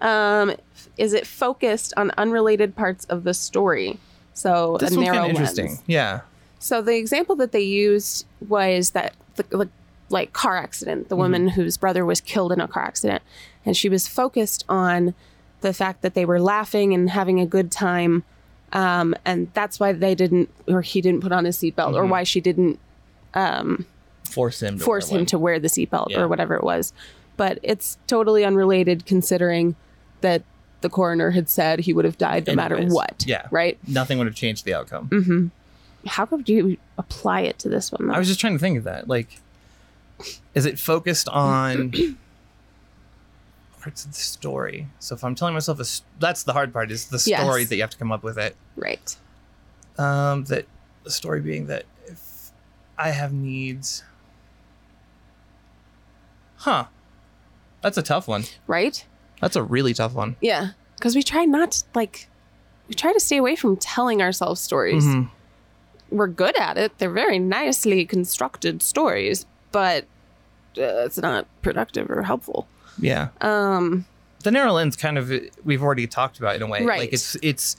A: Um, is it focused on unrelated parts of the story? So,
B: This
A: a
B: one's kind
A: narrow
B: of interesting.
A: lens.
B: Yeah.
A: So, the example that they used was that the, the like car accident,
B: Mm-hmm.
A: the woman whose brother was killed in a car accident, and she was focused on the fact that they were laughing and having a good time, um, and that's why they didn't or he didn't put on his seatbelt or
B: Mhm.
A: why she didn't
B: Force him. To
A: force
B: wear
A: him
B: one.
A: to wear the seatbelt
B: Yeah.
A: or whatever it was. But it's totally unrelated considering that the coroner had said he would have died no matter
B: Anyways,
A: what.
B: yeah.
A: Right?
B: Nothing would have changed the outcome.
A: hmm How could you apply it to this one? Though?
B: I was just trying to think of that. Like, is it focused on [clears throat] parts of the story? So if I'm telling myself a, s- that's the hard part is the
A: Yes.
B: story that you have to come up with it.
A: right.
B: Um, that the story being that if I have needs, huh? That's a tough one.
A: Right?
B: That's a really tough one.
A: Yeah. Because we try not to, like, we try to stay away from telling ourselves stories.
B: Mhm.
A: We're good at it. They're very nicely constructed stories, but uh, it's not productive or helpful.
B: Yeah.
A: Um,
B: the narrow lens kind of we've already talked about in a way
A: Right.
B: like it's it's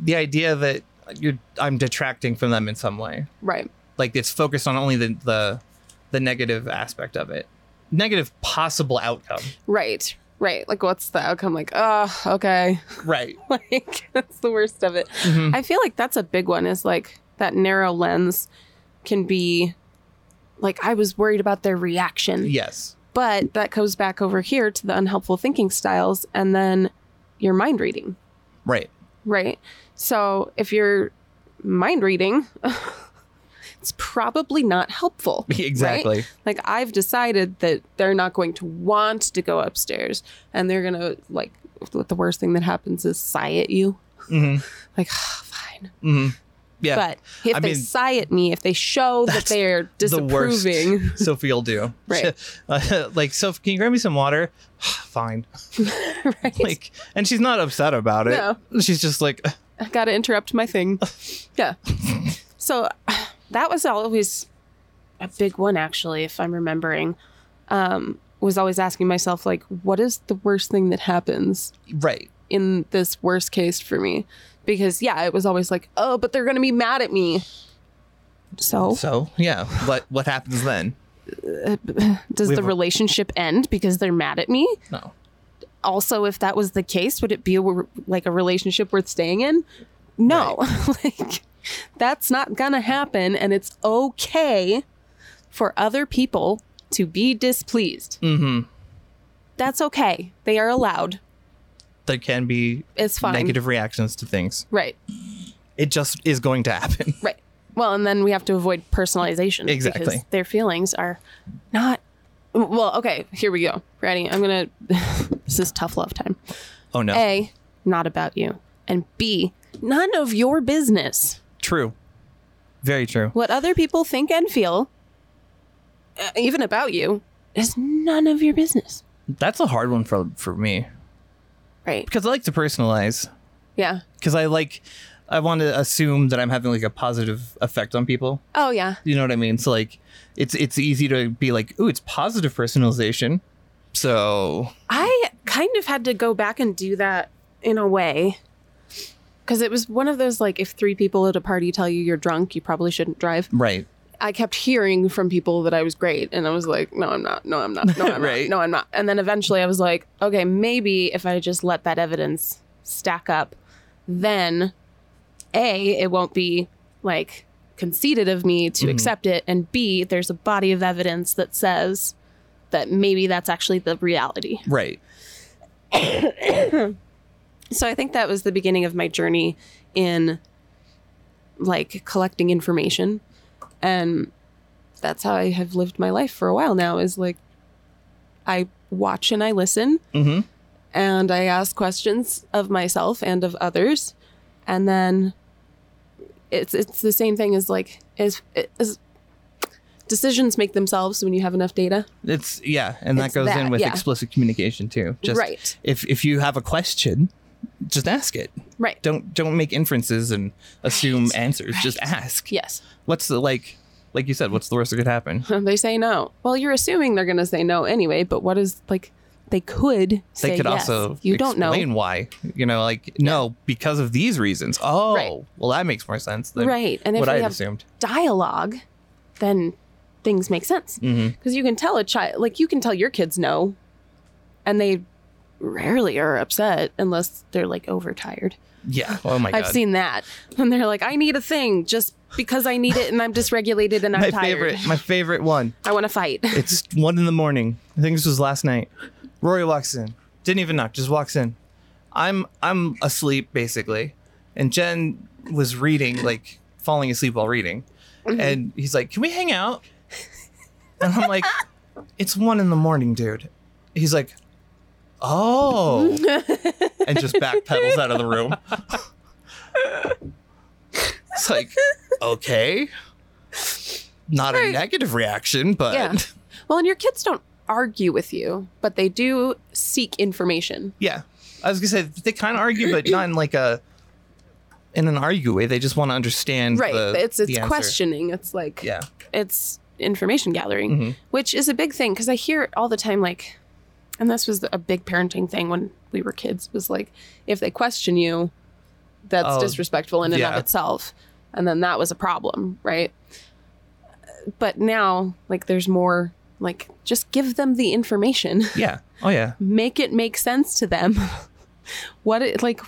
B: the idea that you're i'm detracting from them in some way
A: right.
B: like it's focused on only the the, the negative aspect of it negative possible outcome
A: Right. Right. Like, what's the outcome? Like, oh, okay. [laughs]
B: right
A: like that's the worst of it
B: Mhm.
A: i feel like that's a big one is like that narrow lens can be like i was worried about their reaction
B: yes
A: but that goes back over here to the unhelpful thinking styles and then your mind reading
B: right
A: right so if you're mind reading [laughs] it's probably not
B: [laughs]
A: helpful
B: exactly
A: like I've decided that they're not going to want to go upstairs and they're going to like what the worst thing that happens is sigh at you.
B: hmm
A: Like [sighs] fine.
B: hmm yeah
A: But if
B: I
A: they
B: mean,
A: sigh at me, if they show that
B: that's
A: they're disapproving, [laughs]
B: the worst [laughs] sophie will do
A: Right.
B: [laughs] Uh, like sophie can you grab me some water [sighs] fine
A: right?
B: like and she's not upset about it
A: No.
B: she's just like [sighs]
A: I got to interrupt my thing. Yeah. So that was always a big one actually if I'm remembering. Um was always asking myself like what is the worst thing that happens
B: right
A: in this worst case for me because yeah it was always like oh but they're gonna be mad at me so
B: so yeah what what happens then
A: does
B: We've-
A: the relationship end because they're mad at me
B: no
A: also if that was the case would it be a, like a relationship worth staying in no [laughs] like that's not gonna happen and it's okay for other people to be displeased
B: hmm
A: that's okay they are allowed
B: there can be
A: it's fine
B: negative reactions to things.
A: right
B: It just is going to [laughs] happen.
A: Right. Well, and then we have to avoid personalization.
B: Exactly.
A: Because their feelings are not. Well, okay, here we go. Ready? I'm going to. [laughs] this is tough love time.
B: Oh no.
A: A, not about you. And B, none of your business.
B: True. Very true.
A: What other people think and feel uh, even about you is none of your business.
B: That's a hard one for for me
A: Right.
B: because I like to personalize.
A: Yeah.
B: Because I like, I want to assume that I'm having like a positive effect on people.
A: Oh, yeah.
B: You know what I mean? So like, it's it's easy to be like, ooh, it's positive personalization. So
A: I kind of had to go back and do that in a way. Because it was one of those like, if three people at a party tell you you're drunk, you probably shouldn't drive.
B: right,
A: I kept hearing from people that I was great, and I was like, no, I'm not. No, I'm not. No, I'm
B: Right.
A: not. No, I'm not. And then eventually I was like, okay, maybe if I just let that evidence stack up, then A, it won't be like conceited of me to
B: Mhm.
A: accept it, and B, there's a body of evidence that says that maybe that's actually the reality.
B: right.
A: So I think that was the beginning of my journey in like collecting information. And that's how I have lived my life for a while now is like I watch and I listen
B: Mm-hmm.
A: and I ask questions of myself and of others. And then it's it's the same thing as like is is decisions make themselves when you have enough data.
B: It's yeah, and that
A: It's
B: goes
A: that,
B: in with
A: yeah.
B: explicit communication too. Just
A: right.
B: if if you have a question, just ask it.
A: Right.
B: Don't don't make inferences and assume
A: Right,
B: answers. Just
A: right.
B: ask.
A: Yes.
B: What's the like like you said, what's the worst that could happen?
A: [laughs] they say no. Well, you're assuming they're going to say no anyway, but what is like they could say
B: They could
A: yes.
B: also
A: you don't
B: explain
A: know.
B: why. You know, like no, because of these reasons. Oh,
A: Right.
B: well that makes more sense than
A: Right. And if
B: what
A: we
B: I had
A: have
B: assumed.
A: dialogue, then things make sense.
B: hmm
A: Cuz you can tell a child like you can tell your kids no and they rarely are upset unless they're like overtired.
B: Yeah. Oh my god.
A: I've seen that. And they're like I need a thing just because I need it and I'm dysregulated
B: [laughs]
A: and I'm
B: my
A: tired.
B: favorite my favorite one.
A: I want to fight.
B: It's one in the morning. I think this was last night. Rory walks in. Didn't even knock, just walks in. I'm I'm asleep basically. And Jen was reading, like falling asleep while reading. And he's like, Can we hang out? And I'm like, It's one in the morning, dude. He's like, Oh and just backpedals out of the room. it's like, okay. Not a
A: Right.
B: negative reaction, but
A: Yeah. well, and your kids don't argue with you, but they do seek information.
B: Yeah, I was gonna say they kind of argue, but not in like a in an argue way. They just want to understand.
A: right
B: the-
A: it's
B: the
A: it's
B: answer.
A: questioning it's like
B: Yeah.
A: it's information gathering
B: Mhm.
A: which is a big thing because i hear it all the time like and this was a big parenting thing when we were kids was like if they question you that's
B: Oh,
A: disrespectful in and
B: yeah.
A: of itself and then that was a problem right but now like there's more like just give them the information [laughs]
B: Yeah. Oh yeah.
A: make it make sense to them [laughs] what it like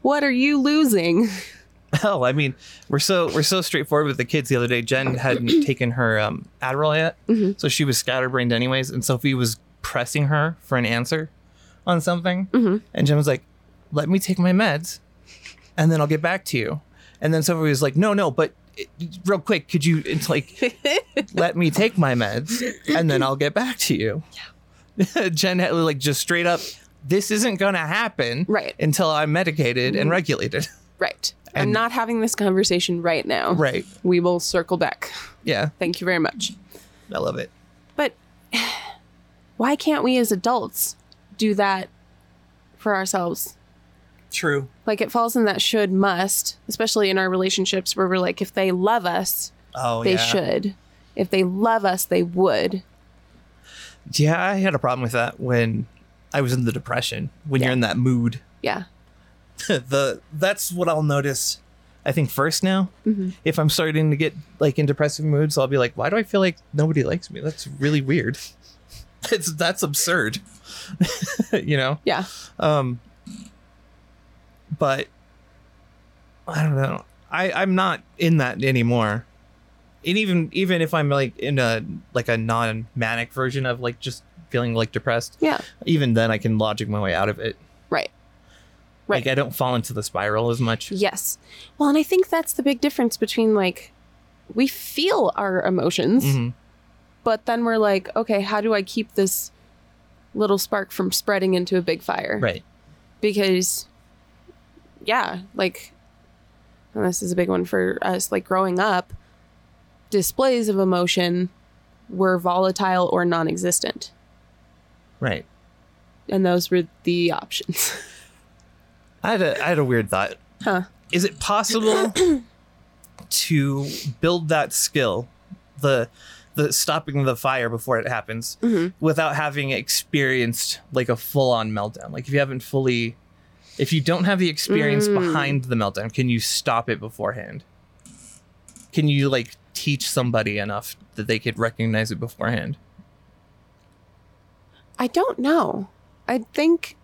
A: what are you losing
B: Hell, I mean, we're so we're so straightforward with the kids. The other day, Jen hadn't taken her um, Adderall yet,
A: Mhm.
B: so she was scatterbrained anyways. And Sophie was pressing her for an answer on something,
A: Mhm.
B: and Jen was like, "Let me take my meds, and then I'll get back to you." And then Sophie was like, "No, no, but." it- Real quick, could you? It's like let me take my meds and then I'll get back to you. [laughs] Jen had like just straight up, this isn't gonna happen
A: Right.
B: until I'm medicated and regulated. [laughs]
A: right i'm
B: And-
A: not having this conversation right now
B: right.
A: we will circle back.
B: Yeah.
A: Thank you very much.
B: I love it.
A: But [sighs] why can't we as adults do that for ourselves?
B: True.
A: Like it falls in that should must, especially in our relationships where we're like, if they love us,
B: Oh
A: they
B: yeah.
A: should. If they love us, they would.
B: Yeah, I had a problem with that when I was in the depression. When you're
A: Yeah.
B: in that mood. [laughs]
A: Yeah.
B: the that's what I'll notice I think first now.
A: Mhm.
B: If I'm starting to get like in depressive moods, I'll be like, why do I feel like nobody likes me? That's really weird. [laughs] It's that's absurd. [laughs] you know?
A: Yeah.
B: Um, but I don't know. I I'm not in that anymore. And even even if I'm like in a like a non manic version of like just feeling like depressed,
A: Yeah.
B: even then I can logic my way out of it.
A: Right.
B: Like I don't fall into the spiral as much.
A: Yes. Well, and I think that's the big difference between like, we feel our emotions,
B: Mhm.
A: but then we're like, okay, how do I keep this little spark from spreading into a big fire?
B: Right.
A: because yeah like and this is a big one for us like growing up displays of emotion were volatile or non existent.
B: Right.
A: And those were the options. [laughs]
B: I had a, I had a weird thought.
A: Huh.
B: Is
A: [clears throat]
B: it possible to build that skill, the the stopping the fire before it happens,
A: Mhm.
B: without having experienced like a full on meltdown? Like if you haven't fully, if you don't have the experience
A: Mm.
B: behind the meltdown, can you stop it beforehand? Can you like teach somebody enough that they could recognize it beforehand?
A: I don't know. I think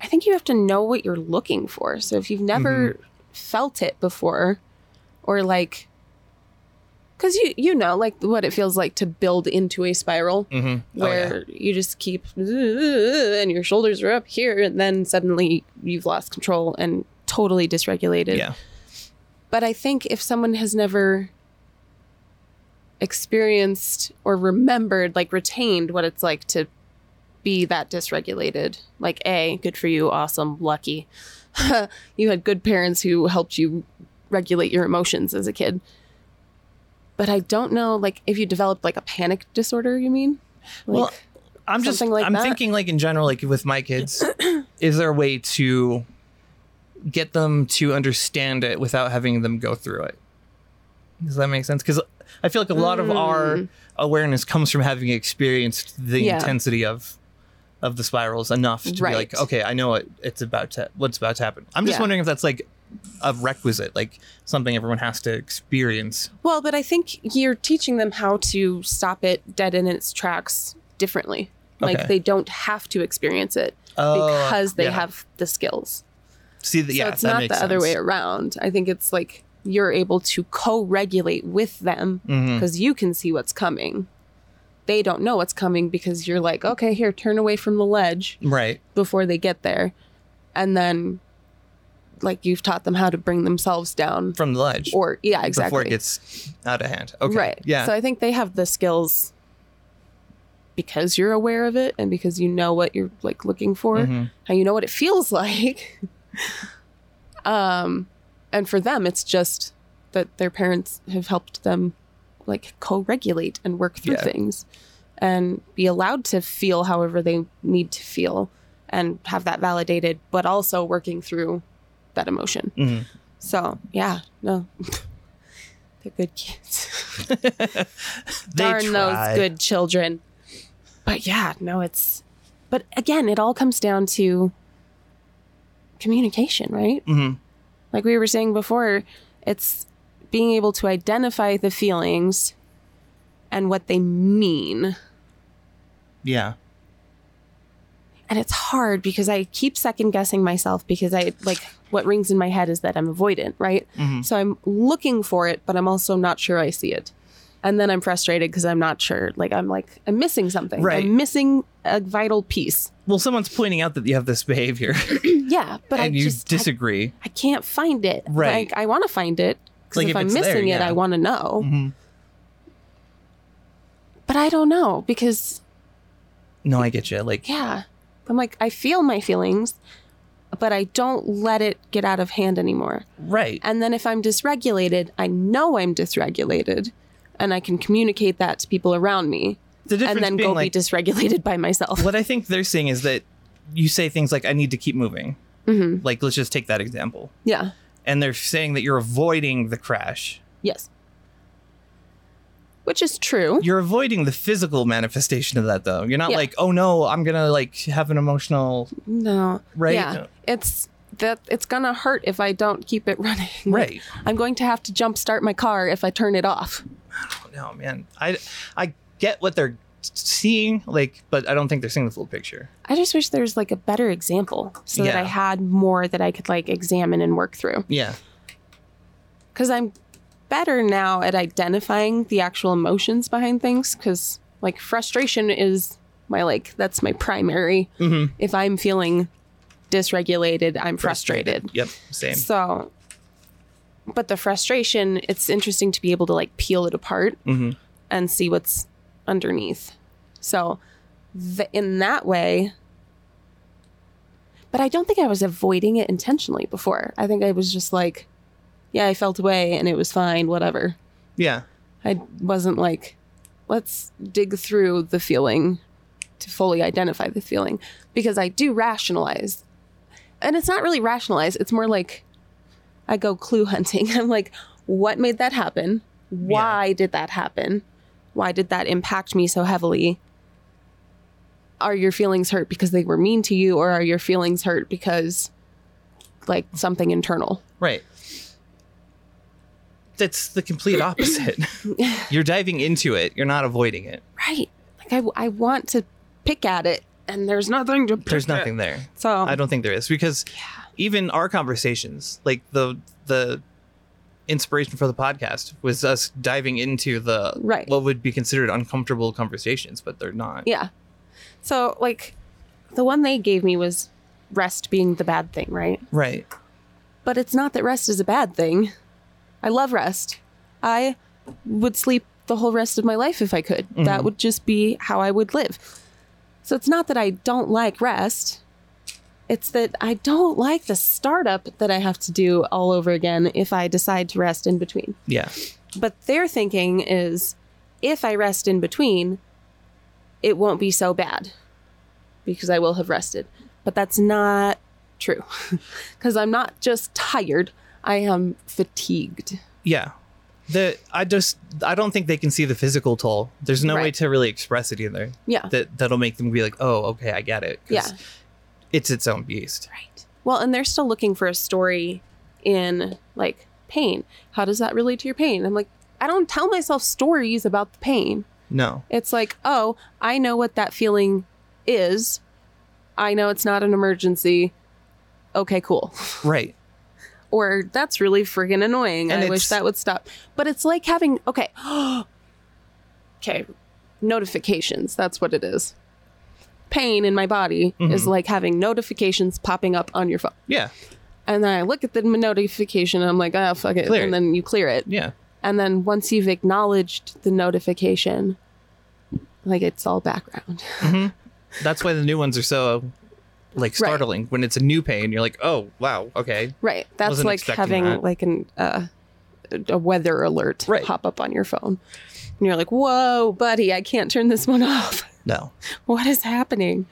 A: I think you have to know what you're looking for. So if you've never felt it before or like cuz you you know like what it feels like to build into a spiral
B: Mm-hmm.
A: where you just keep and your shoulders are up here and then suddenly you've lost control and totally
B: yeah.
A: dysregulated.
B: yeah.
A: But I think if someone has never experienced or remembered, like retained what it's like to be that dysregulated, like A, good for you, awesome, lucky. [laughs] you had good parents who helped you regulate your emotions as a kid. But I don't know, like if you developed like a panic disorder, you mean? Like,
B: Well, I'm just
A: Something like
B: I'm
A: that.
B: thinking like in general, like with
A: [clears throat]
B: my kids, is there a way to get them to understand it without having them go through it? Does that make sense? Because I feel like a lot of our
A: Mm.
B: awareness comes from having experienced the
A: Yeah.
B: intensity of of the spirals enough to be like,
A: Right.
B: okay, I know it, it's about to what's about to happen. I'm just
A: Yeah.
B: wondering if that's like a requisite, like something everyone has to experience.
A: well, but I think you're teaching them how to stop it dead in its tracks differently. Like
B: Okay.
A: they don't have to experience it.
B: Oh,
A: because they
B: yeah.
A: have the skills.
B: see that.
A: So
B: yeah,
A: it's
B: that
A: not the
B: makes
A: other way
B: sense.
A: around. I think it's like you're able to co-regulate with them
B: Mhm.
A: because you can see what's coming. They don't know what's coming because you're like, okay, here, turn away from the ledge
B: Right.
A: before they get there, and then like you've taught them how to bring themselves down.
B: From the ledge.
A: Or yeah, exactly.
B: before it gets out of hand. Okay.
A: Right.
B: Yeah.
A: So I think they have the skills because you're aware of it and because you know what you're like looking for.
B: Mhm.
A: and you know what it feels [laughs] like. um, and for them, it's just that their parents have helped them like co-regulate and work through
B: Yeah.
A: things and be allowed to feel however they need to feel and have that validated, but also working through that emotion.
B: Mhm.
A: So yeah, no. [laughs] They're good kids.
B: They
A: Darn
B: try.
A: those good children. But yeah, no, it's. But again, it all comes down to communication, right?
B: Mhm.
A: Like we were saying before, it's being able to identify the feelings and what they mean.
B: Yeah.
A: And it's hard because I keep second guessing myself because I like what rings in my head is that I'm avoidant, right?
B: Mhm.
A: So I'm looking for it, but I'm also not sure I see it. And then I'm frustrated because I'm not sure. Like I'm like I'm missing something.
B: Right.
A: I'm missing a vital piece.
B: Well, someone's pointing out that you have this behavior
A: yeah, [laughs] but I
B: [laughs] and you
A: just I,
B: disagree.
A: I can't find it.
B: Right.
A: Like I want to find it because
B: Like,
A: if,
B: if
A: I'm
B: it's
A: missing
B: there,
A: it,
B: yeah.
A: I want to know.
B: Mhm.
A: But I don't know because
B: No, I get you. Like,
A: yeah, I'm like I feel my feelings, but I don't let it get out of hand anymore.
B: right.
A: And then if I'm dysregulated, I know I'm dysregulated, and I can communicate that to people around me.
B: The difference
A: and then
B: being
A: go
B: like,
A: be dysregulated by myself.
B: what I think they're saying is that you say things like, I need to keep moving.
A: hmm
B: Like, let's just take that example.
A: Yeah.
B: And they're saying that you're avoiding the crash.
A: Yes. Which is true.
B: You're avoiding the physical manifestation of that, though. You're not
A: Yeah.
B: like, oh no, I'm going to like have an emotional,
A: No.
B: right?
A: Yeah. It's that it's gonna hurt if I don't keep it [laughs] running. Like,
B: Right.
A: I'm going to have to jump start my car if I turn it off.
B: no man i i get what they're seeing like but i don't think they're seeing the full picture
A: I just wish there was like a better example so that I
B: Yeah.
A: had more that I could like examine and work through.
B: yeah
A: Because I'm better now at identifying the actual emotions behind things. Because like frustration is my like that's my primary
B: mm-hmm.
A: if I'm feeling dysregulated, I'm frustrated.
B: yep same
A: So, but the frustration, it's interesting to be able to like peel it apart
B: Mhm.
A: and see what's underneath. So, th- in that way, but I don't think I was avoiding it intentionally before. I think I was just like, yeah, I felt away and it was fine, whatever.
B: yeah
A: I wasn't like let's dig through the feeling to fully identify the feeling because I do rationalize. And it's not really rationalize, it's more like I go clue hunting. [laughs] I'm like, what made that happen? Why did that happen? Why did that impact me so heavily? Are your feelings hurt because they were mean to you, or are your feelings hurt because like something internal?
B: Right. That's the complete opposite. [laughs] You're diving into it. You're not avoiding it.
A: Right. Like I, I want to pick at it, and there's nothing to. Pick
B: There's
A: at.
B: nothing there.
A: So
B: I don't think there is because even our conversations, like the the inspiration for the podcast was us diving into the
A: Right.
B: what would be considered uncomfortable conversations, but they're not.
A: Yeah. So like the one they gave me was rest being the bad thing, right?
B: Right.
A: But it's not that rest is a bad thing. I love rest. I would sleep the whole rest of my life if I could.
B: Mm-hmm.
A: That would just be how I would live. So it's not that I don't like rest. It's that I don't like the startup that I have to do all over again if I decide to rest in between.
B: Yeah.
A: But their thinking is if I rest in between, it won't be so bad because I will have rested. But that's not true [laughs] because I'm not just tired, I am fatigued.
B: Yeah. The I just I don't think they can see the physical toll. There's no way
A: Right.
B: to really express it either.
A: Yeah.
B: That that'll make them be like, oh, okay, I get it. 'cause
A: Yeah.
B: It's its own beast.
A: Right. Well, and they're still looking for a story in like pain. How does that relate to your pain? I'm like, I don't tell myself stories about the pain.
B: No.
A: It's like, oh, I know what that feeling is. I know it's not an emergency. Okay, cool.
B: Right.
A: Or that's really friggin' annoying.
B: And
A: I wish
B: it's-
A: that would stop. But it's like having, okay, [gasps] okay, notifications. That's what it is. Pain in my body
B: Mm-hmm.
A: is like having notifications popping up on your phone.
B: Yeah.
A: And then I look at the notification and I'm like, oh, fuck it.
B: Clear
A: and
B: it.
A: then you clear it.
B: Yeah.
A: And then once you've acknowledged the notification, like it's all background.
B: That's why the new ones are so like
A: Right.
B: startling. When it's a new pain, you're like, oh wow, okay.
A: Right. That's
B: Wasn't
A: like
B: expecting
A: having
B: that.
A: like an uh, a weather alert
B: Right.
A: pop up on your phone. And you're like, "Whoa, buddy, I can't turn this one [laughs] off.
B: No.
A: what is happening?"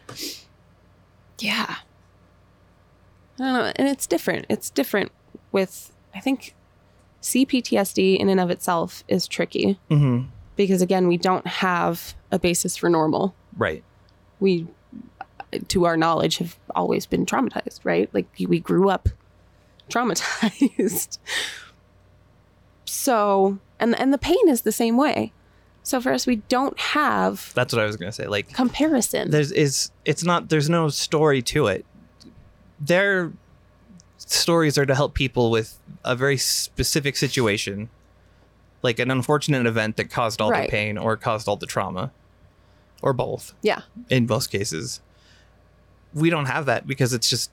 A: Yeah. I don't know, and it's different. It's different with I think CPTSD in and of itself is tricky
B: Mm-hmm.
A: because again, we don't have a basis for normal.
B: Right.
A: we to our knowledge have always been traumatized right like we grew up [laughs] traumatized so and and the pain is the same way so for us we don't have
B: That's what I was gonna say. Like
A: comparison
B: there's is it's not there's no story to it. Their stories are to help people with a very specific situation, like an unfortunate event that caused all
A: Right.
B: the pain or caused all the trauma, or both
A: yeah
B: in most cases. We don't have that because it's just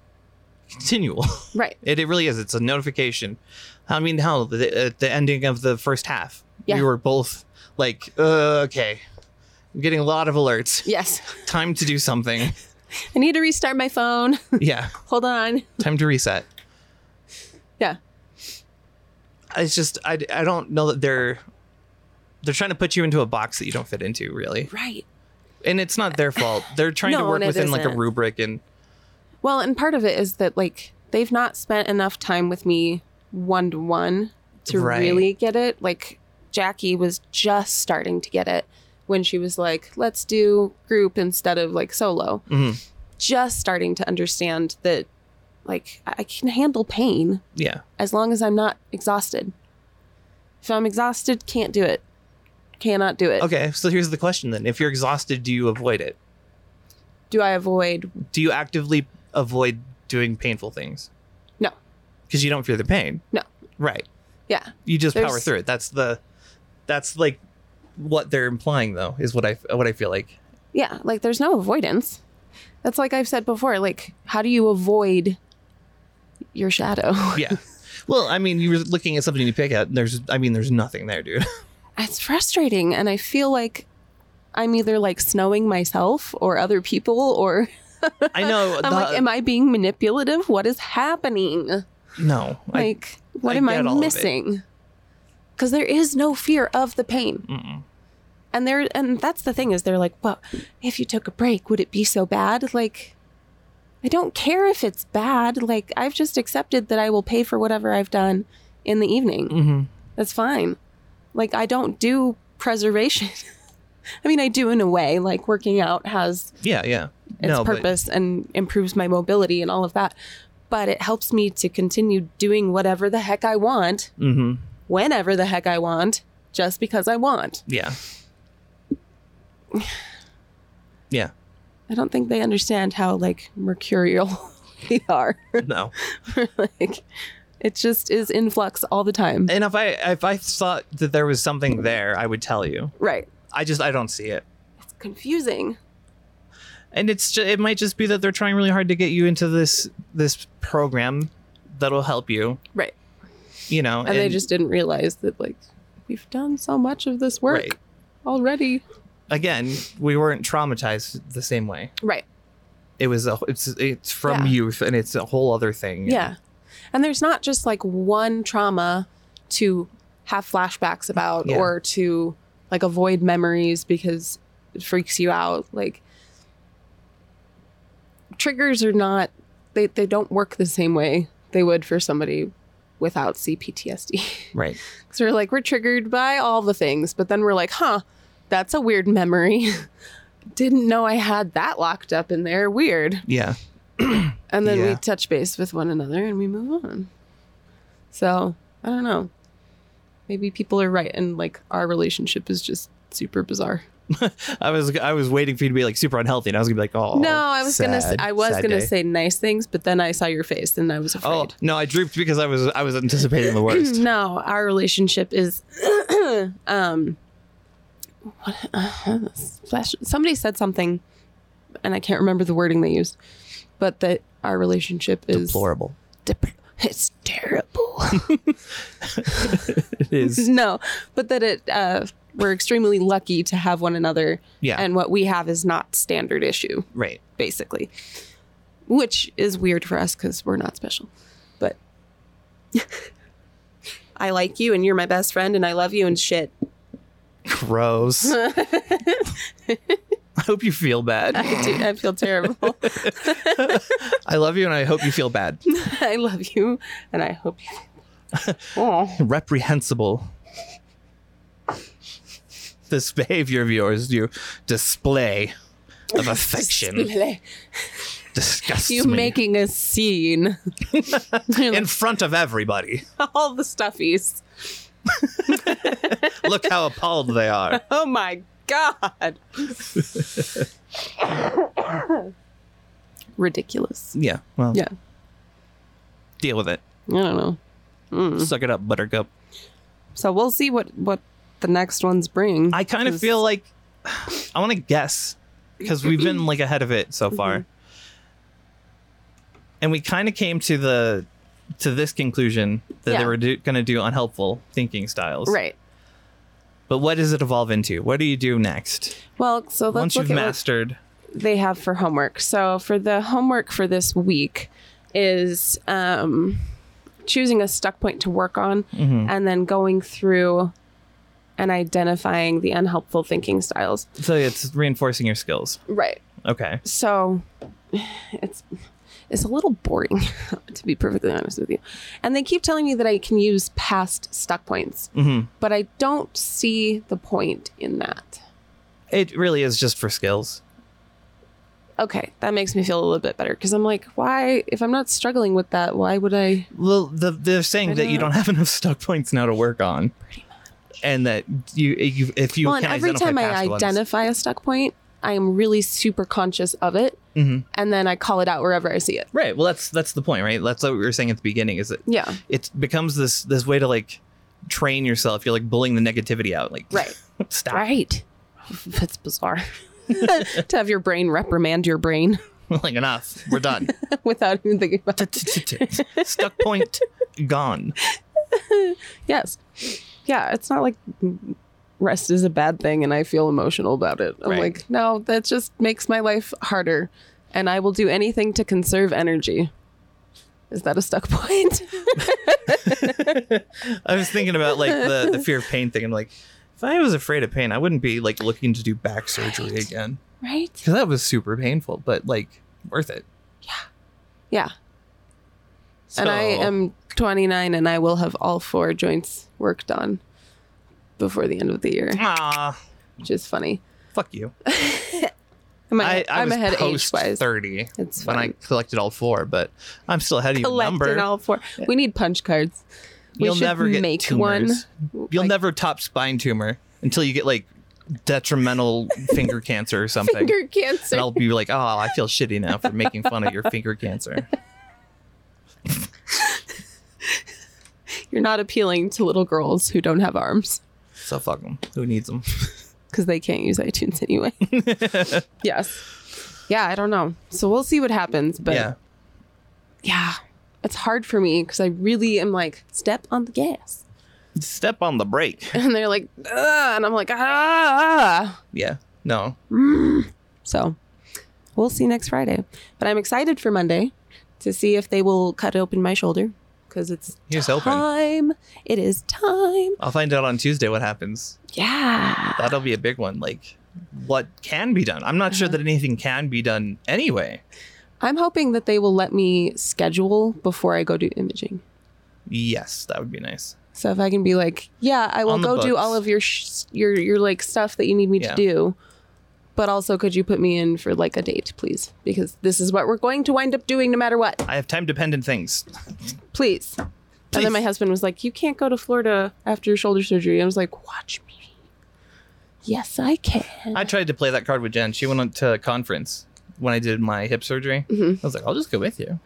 B: continual. [laughs]
A: right
B: It, it really is. It's a notification. I mean, hell, the, at the ending of the first half,
A: Yeah.
B: we were both like, uh, okay, I'm getting a lot of alerts. [laughs]
A: yes [laughs]
B: Time to do something.
A: i need to restart my phone [laughs]
B: yeah,
A: hold on
B: time to reset.
A: yeah
B: It's just, I, I don't know that they're they're trying to put you into a box that you don't fit into, really.
A: right
B: And it's not their fault. They're trying to
A: No,
B: work
A: and it
B: within like a
A: isn't.
B: rubric and
A: Well, and part of it is that like they've not spent enough time with me one to one to
B: Right.
A: really get it. Like Jackie was just starting to get it when she was like, "Let's do group instead of like solo."
B: Mhm.
A: Just starting to understand that like I I can handle pain
B: yeah,
A: as long as I'm not exhausted. If I'm exhausted, can't do it. Cannot do it.
B: Okay, so here's the question then. If you're exhausted, do you avoid it?
A: Do I avoid?
B: Do you actively avoid doing painful things?
A: No.
B: Because you don't fear the pain.
A: No.
B: Right.
A: Yeah.
B: You just power
A: There's-
B: through it. That's the that's like what they're implying though is what I what I feel like.
A: Yeah, like there's no avoidance. That's like I've said before, like how do you avoid your shadow? [laughs]
B: Yeah. well, I mean, you were looking at something to pick at. And there's I mean, there's nothing there, dude.
A: It's frustrating and I feel like I'm either like snowing myself or other people or
B: I know.
A: [laughs] I'm like am I being manipulative? What is happening?
B: no. I,
A: Like what
B: I
A: am I
B: get all of it.
A: missing? Cuz there is no fear of the pain.
B: mm-mm.
A: And they're and that's the thing is they're like, well, if you took a break, would it be so bad? Like, I don't care if it's bad. Like, I've just accepted that I will pay for whatever I've done in the evening.
B: Mm-hmm.
A: That's fine. Like, I don't do preservation. [laughs] I mean, I do in a way. Like, working out has
B: Yeah, yeah.
A: its purpose and improves my mobility and all of that. But it helps me to continue doing whatever the heck I want,
B: But, mm-hmm.
A: whenever the heck I want, just because I want.
B: Yeah. [sighs]
A: I don't think they understand how like mercurial [laughs] they are.
B: No.
A: like it just is in flux all the time.
B: And if I if I thought that there was something there, I would tell you.
A: right.
B: I just I don't see it.
A: It's confusing.
B: And it's just, it might just be that they're trying really hard to get you into this this program that'll help you.
A: Right.
B: You know,
A: And, they just didn't realize that like we've done so much of this work
B: Right.
A: already.
B: again, we weren't traumatized the same way.
A: Right.
B: It was a, it's it's from
A: Yeah.
B: youth and it's a whole other thing.
A: Yeah. And there's not just like one trauma to have flashbacks about
B: Yeah.
A: or to like avoid memories because it freaks you out. Like triggers are not they, they don't work the same way they would for somebody without [laughs] CPTSD.
B: Right.
A: Because we're like, we're triggered by all the things, but then we're like, huh, that's a weird memory. [laughs] Didn't know I had that locked up in there. Weird.
B: Yeah.
A: And then we
B: Yeah.
A: touch base with one another and we move on. So I don't know. Maybe people are right and like our relationship is just super bizarre.
B: I was I was waiting for you to be like super unhealthy, and I was gonna be like, oh.
A: no, I was gonna s-
B: sad,
A: I was
B: sad
A: gonna
B: day.
A: say nice things, but then I saw your face and I was afraid.
B: Oh no, I drooped because I was I was anticipating the
A: [laughs]
B: worst.
A: No, our relationship is [clears throat] um what uh, flash somebody said something and I can't remember the wording they used, but that our relationship is
B: Deplorable.
A: dep- it's terrible.
B: It [laughs] is.
A: no, but that it uh we're extremely lucky to have one another
B: Yeah.
A: and what we have is not standard issue
B: right.
A: basically. Which is weird for us because we're not special. But [laughs] I like you and you're my best friend and I love you and shit. [laughs]
B: Gross. I hope you feel
A: [laughs]
B: bad.
A: I, do, I feel
B: [laughs]
A: terrible. [laughs]
B: I love you, and I hope you feel bad.
A: I love you and I hope
B: [laughs]
A: you. Oh.
B: Reprehensible. This behavior of yours, you display
A: [laughs]
B: of affection, disgusts
A: You
B: me.
A: making a scene. You're like,
B: [laughs] in front of everybody.
A: [laughs] all the stuffies.
B: Look how appalled they are.
A: [laughs] Oh my God. Ridiculous.
B: Yeah. Well.
A: Yeah.
B: Deal with it.
A: I don't know. Mm-hmm.
B: Suck it up, Buttercup.
A: So we'll see what what the next ones bring.
B: I kind of
A: 'Cause-
B: feel like I want to guess because we've been like ahead of it
A: Mm-hmm.
B: so far, and we kind of came to the to this conclusion that they
A: Yeah.
B: were do, going to do unhelpful thinking styles.
A: right.
B: But what does it evolve into? What do you do next
A: Well, so let's
B: once you've
A: look at what
B: mastered?
A: they have for homework. So for the homework for this week is um, choosing a stuck point to work on,
B: Mhm.
A: and then going through and identifying the unhelpful thinking styles.
B: So it's reinforcing your skills.
A: Right.
B: Okay.
A: so it's it's a little boring [laughs] to be perfectly honest with you and they keep telling me that i can use past stuck points
B: hmm
A: but i don't see the point in that
B: It really is just for skills.
A: okay that makes me feel a little bit better because i'm like why if i'm not struggling with that why would i
B: Well, the, they're saying
A: I
B: that you
A: don't-
B: don't have enough stuck points now to work on. And that you, you if you
A: well and
B: can
A: every
B: identify
A: time i
B: past ones-
A: identify a stuck point i am really super conscious of it
B: Mhm.
A: and then i call it out wherever i see it
B: Right. Well, that's that's the point, right? That's what we were saying at the beginning. Is that
A: yeah
B: it becomes this this way to like train yourself. You're like bullying the negativity out. Like
A: Right.
B: [laughs] stop.
A: right [laughs] that's bizarre [laughs] to have your brain reprimand your brain
B: like enough.
A: [laughs]
B: We're done.
A: without even thinking about it.
B: Stuck point gone.
A: Yes. Yeah, it's not like rest is a bad thing and I feel emotional about it. I'm
B: Right.
A: like, no, that just makes my life harder and I will do anything to conserve energy. Is that a stuck [laughs] point?
B: I was thinking about like the the fear of pain thing. I'm like, if If I was afraid of pain, I wouldn't be like looking to do back surgery
A: Right.
B: again
A: Right?
B: because that was super painful, but like worth it.
A: Yeah. And I
B: So-
A: am 29 and I will have all four joints worked on before the end of the year,
B: Ah,
A: which is funny.
B: fuck you.
A: I'm, a-
B: I, I
A: I'm
B: was
A: ahead age
B: post
A: wise.
B: thirty
A: It's
B: when I
A: fine.
B: collected all four, but I'm still ahead of your
A: Collecting
B: number.
A: all four. We need punch cards. We
B: You'll
A: should
B: never get
A: make
B: tumors.
A: one.
B: You'll
A: like,
B: never top spine tumor until you get like
A: [laughs]
B: detrimental finger cancer or something.
A: finger cancer.
B: and I'll be like, oh, I feel shitty now for making fun of your finger cancer.
A: You're not appealing to little girls who don't have arms
B: So fuck them. Who needs them?
A: because they can't use iTunes anyway.
B: [laughs]
A: yes. Yeah, I don't know. So we'll see what happens. But
B: yeah.
A: yeah, it's hard for me because I really am like, step on the gas. [laughs]
B: Step on the brake.
A: And they're like, Ugh, and I'm like, ah. Mm.
B: Yeah. No.
A: So we'll see next Friday. But I'm excited for Monday to see if they will cut open my shoulder because it's
B: Here's hoping.
A: time. It is time.
B: I'll find out on Tuesday what happens.
A: Yeah.
B: That'll be a big one. Like, what can be done? I'm not sure that
A: Uh-huh.
B: anything can be done anyway.
A: I'm hoping that they will let me schedule before I go do imaging.
B: Yes, that would be nice.
A: So if I can be like, yeah, I will
B: On the
A: go do
B: books.
A: all of your sh- your your like stuff that you need me to
B: Yeah.
A: do, but also could you put me in for like a date, please? Because this is what we're going to wind up doing no matter what.
B: I have time dependent things.
A: Please. And
B: Please.
A: then my husband was like, "You can't go to Florida after your shoulder surgery." I was like, "Watch me." Yes, I can.
B: I tried to play that card with Jen. She went on to a conference when I did my hip surgery. I
A: Mm-hmm.
B: was like, I'll just go with you.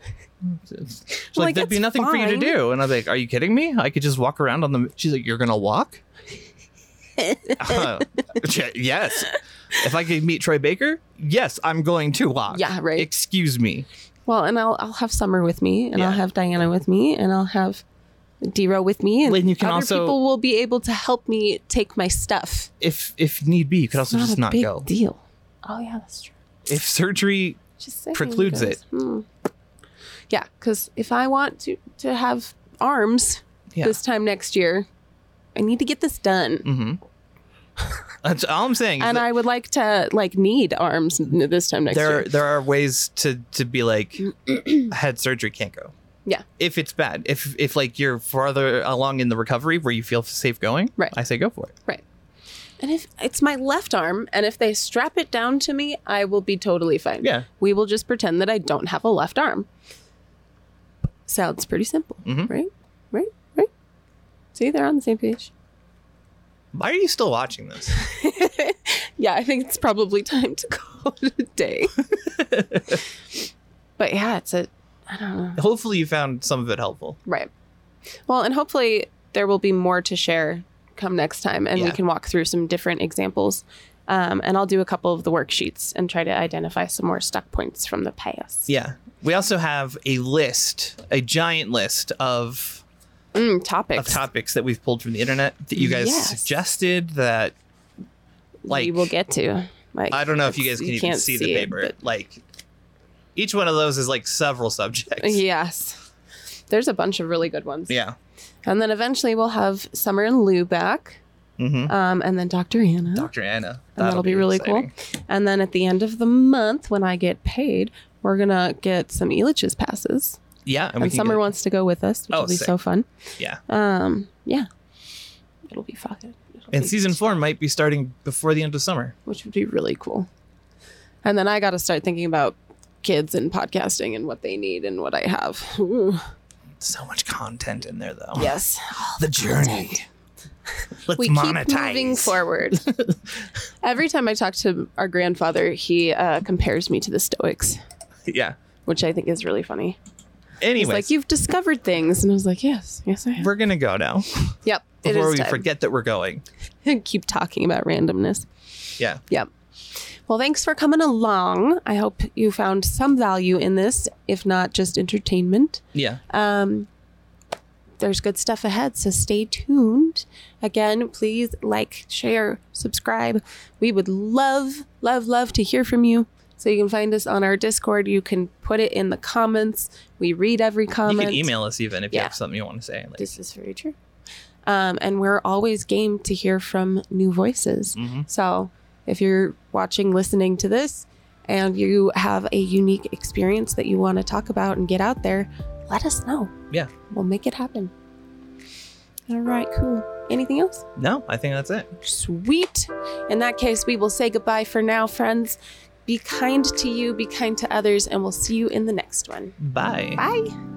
B: She's like,
A: like,
B: there'd be
A: "That's
B: nothing for you to
A: fine."
B: do. And I was like, Are you kidding me? I could just walk around on the. She's like, You're going
A: [laughs]
B: to walk? Uh, [laughs] yes. If I could meet Troy Baker, yes, I'm going to walk.
A: Yeah, right.
B: Excuse me.
A: Well, and I'll I'll have Summer with me, and I'll
B: Yeah.
A: have Diana with me, and I'll have Dero with me, and,
B: Lynn, you can
A: other
B: also-
A: people will be able to help me take my stuff.
B: If if need be, you could
A: It's
B: also just
A: a
B: not
A: big
B: go.
A: Deal. Oh yeah, that's true.
B: If surgery,
A: Just saying,
B: Precludes
A: guys.
B: it.
A: Hmm. Yeah, because if I want to to have arms
B: yeah.
A: this time next year, I need to get this done.
B: hmm That's all I'm saying. Is
A: and
B: that
A: I would like to like need arms n- this time next
B: there
A: year.
B: there are ways to to be like had surgery can't go
A: Yeah.
B: if it's bad if if like you're farther along in the recovery where you feel safe going
A: Right.
B: i say go for it
A: Right. And if it's my left arm, and if they strap it down to me, I will be totally fine.
B: Yeah.
A: We will just pretend that I don't have a left arm. Sounds pretty simple,
B: Mhm.
A: right? Right? Right? See, they're on the same page.
B: why are you still watching this
A: yeah, I think it's probably [laughs] time to call it a day. but yeah, it's a, I don't know.
B: hopefully you found some of it helpful
A: Right. Well, and hopefully there will be more to share come next time and we
B: Yeah.
A: can walk through some different examples. Um, and I'll do a couple of the worksheets and try to identify some more stuck points from the past.
B: yeah we also have a list a giant list of
A: Mm,
B: of
A: topics.
B: topics that we've pulled from the internet that you guys
A: Yes.
B: suggested that like
A: we will get to. Like
B: i don't know if you guys
A: it's-
B: can even
A: can't
B: see, the
A: it,
B: paper like each one of those is like several
A: but-
B: subjects
A: yes. There's a bunch of really good ones.
B: yeah
A: And then eventually we'll have Summer and Lou back.
B: mm-hmm
A: Um, and then Dr. Anna.
B: Dr. Anna.
A: and that'll, be, really
B: exciting.
A: cool. And then at the end of the month, when I get paid, we're gonna get some Elitch's passes,
B: Yeah, and,
A: and,
B: we can
A: Summer
B: get-
A: wants to go with us, which
B: Oh,
A: will be
B: sick.
A: so fun.
B: Yeah,
A: Um, yeah, it'll be fucking. it'll
B: and
A: be-
B: season four might be starting before the end of summer.
A: which would be really cool. And then I got to start thinking about kids and podcasting and what they need and what I have.
B: [laughs]
A: Ooh,
B: So much content in there, though.
A: yes,
B: [laughs] the journey. Let's
A: we
B: monetize.
A: keep moving
B: [laughs]
A: forward. Every time I talk to our grandfather, he uh, compares me to the Stoics,
B: Yeah.
A: which I think is really funny. He's
B: Anyways,
A: like, you've discovered things. And I was like, yes, yes, I have.
B: we're gonna go now
A: Yep. It
B: before we
A: is time.
B: forget that we're going.
A: [laughs] Keep talking about randomness.
B: Yeah.
A: Yep. Well, thanks for coming along. I hope you found some value in this, if not just entertainment.
B: Yeah.
A: Um, there's good stuff ahead, so stay tuned. Again, please like, share, subscribe. We would love, love, love to hear from you. So you can find us on our Discord. You can put it in the comments. We read every
B: you
A: comment.
B: can email us even if you
A: Um, Yeah.
B: have something you want to say. Like,
A: This is very true. Um, and we're always game to hear from new voices.
B: Mm-hmm.
A: So if you're watching, listening to this, and you have a unique experience that you want to talk about and get out there, let us know.
B: Yeah.
A: We'll make it happen. All right, cool. Anything else?
B: No, I think that's it.
A: Sweet. In that case, we will say goodbye for now, friends. Be kind to you, be kind to others, and we'll see you in the next one.
B: Bye.
A: Bye.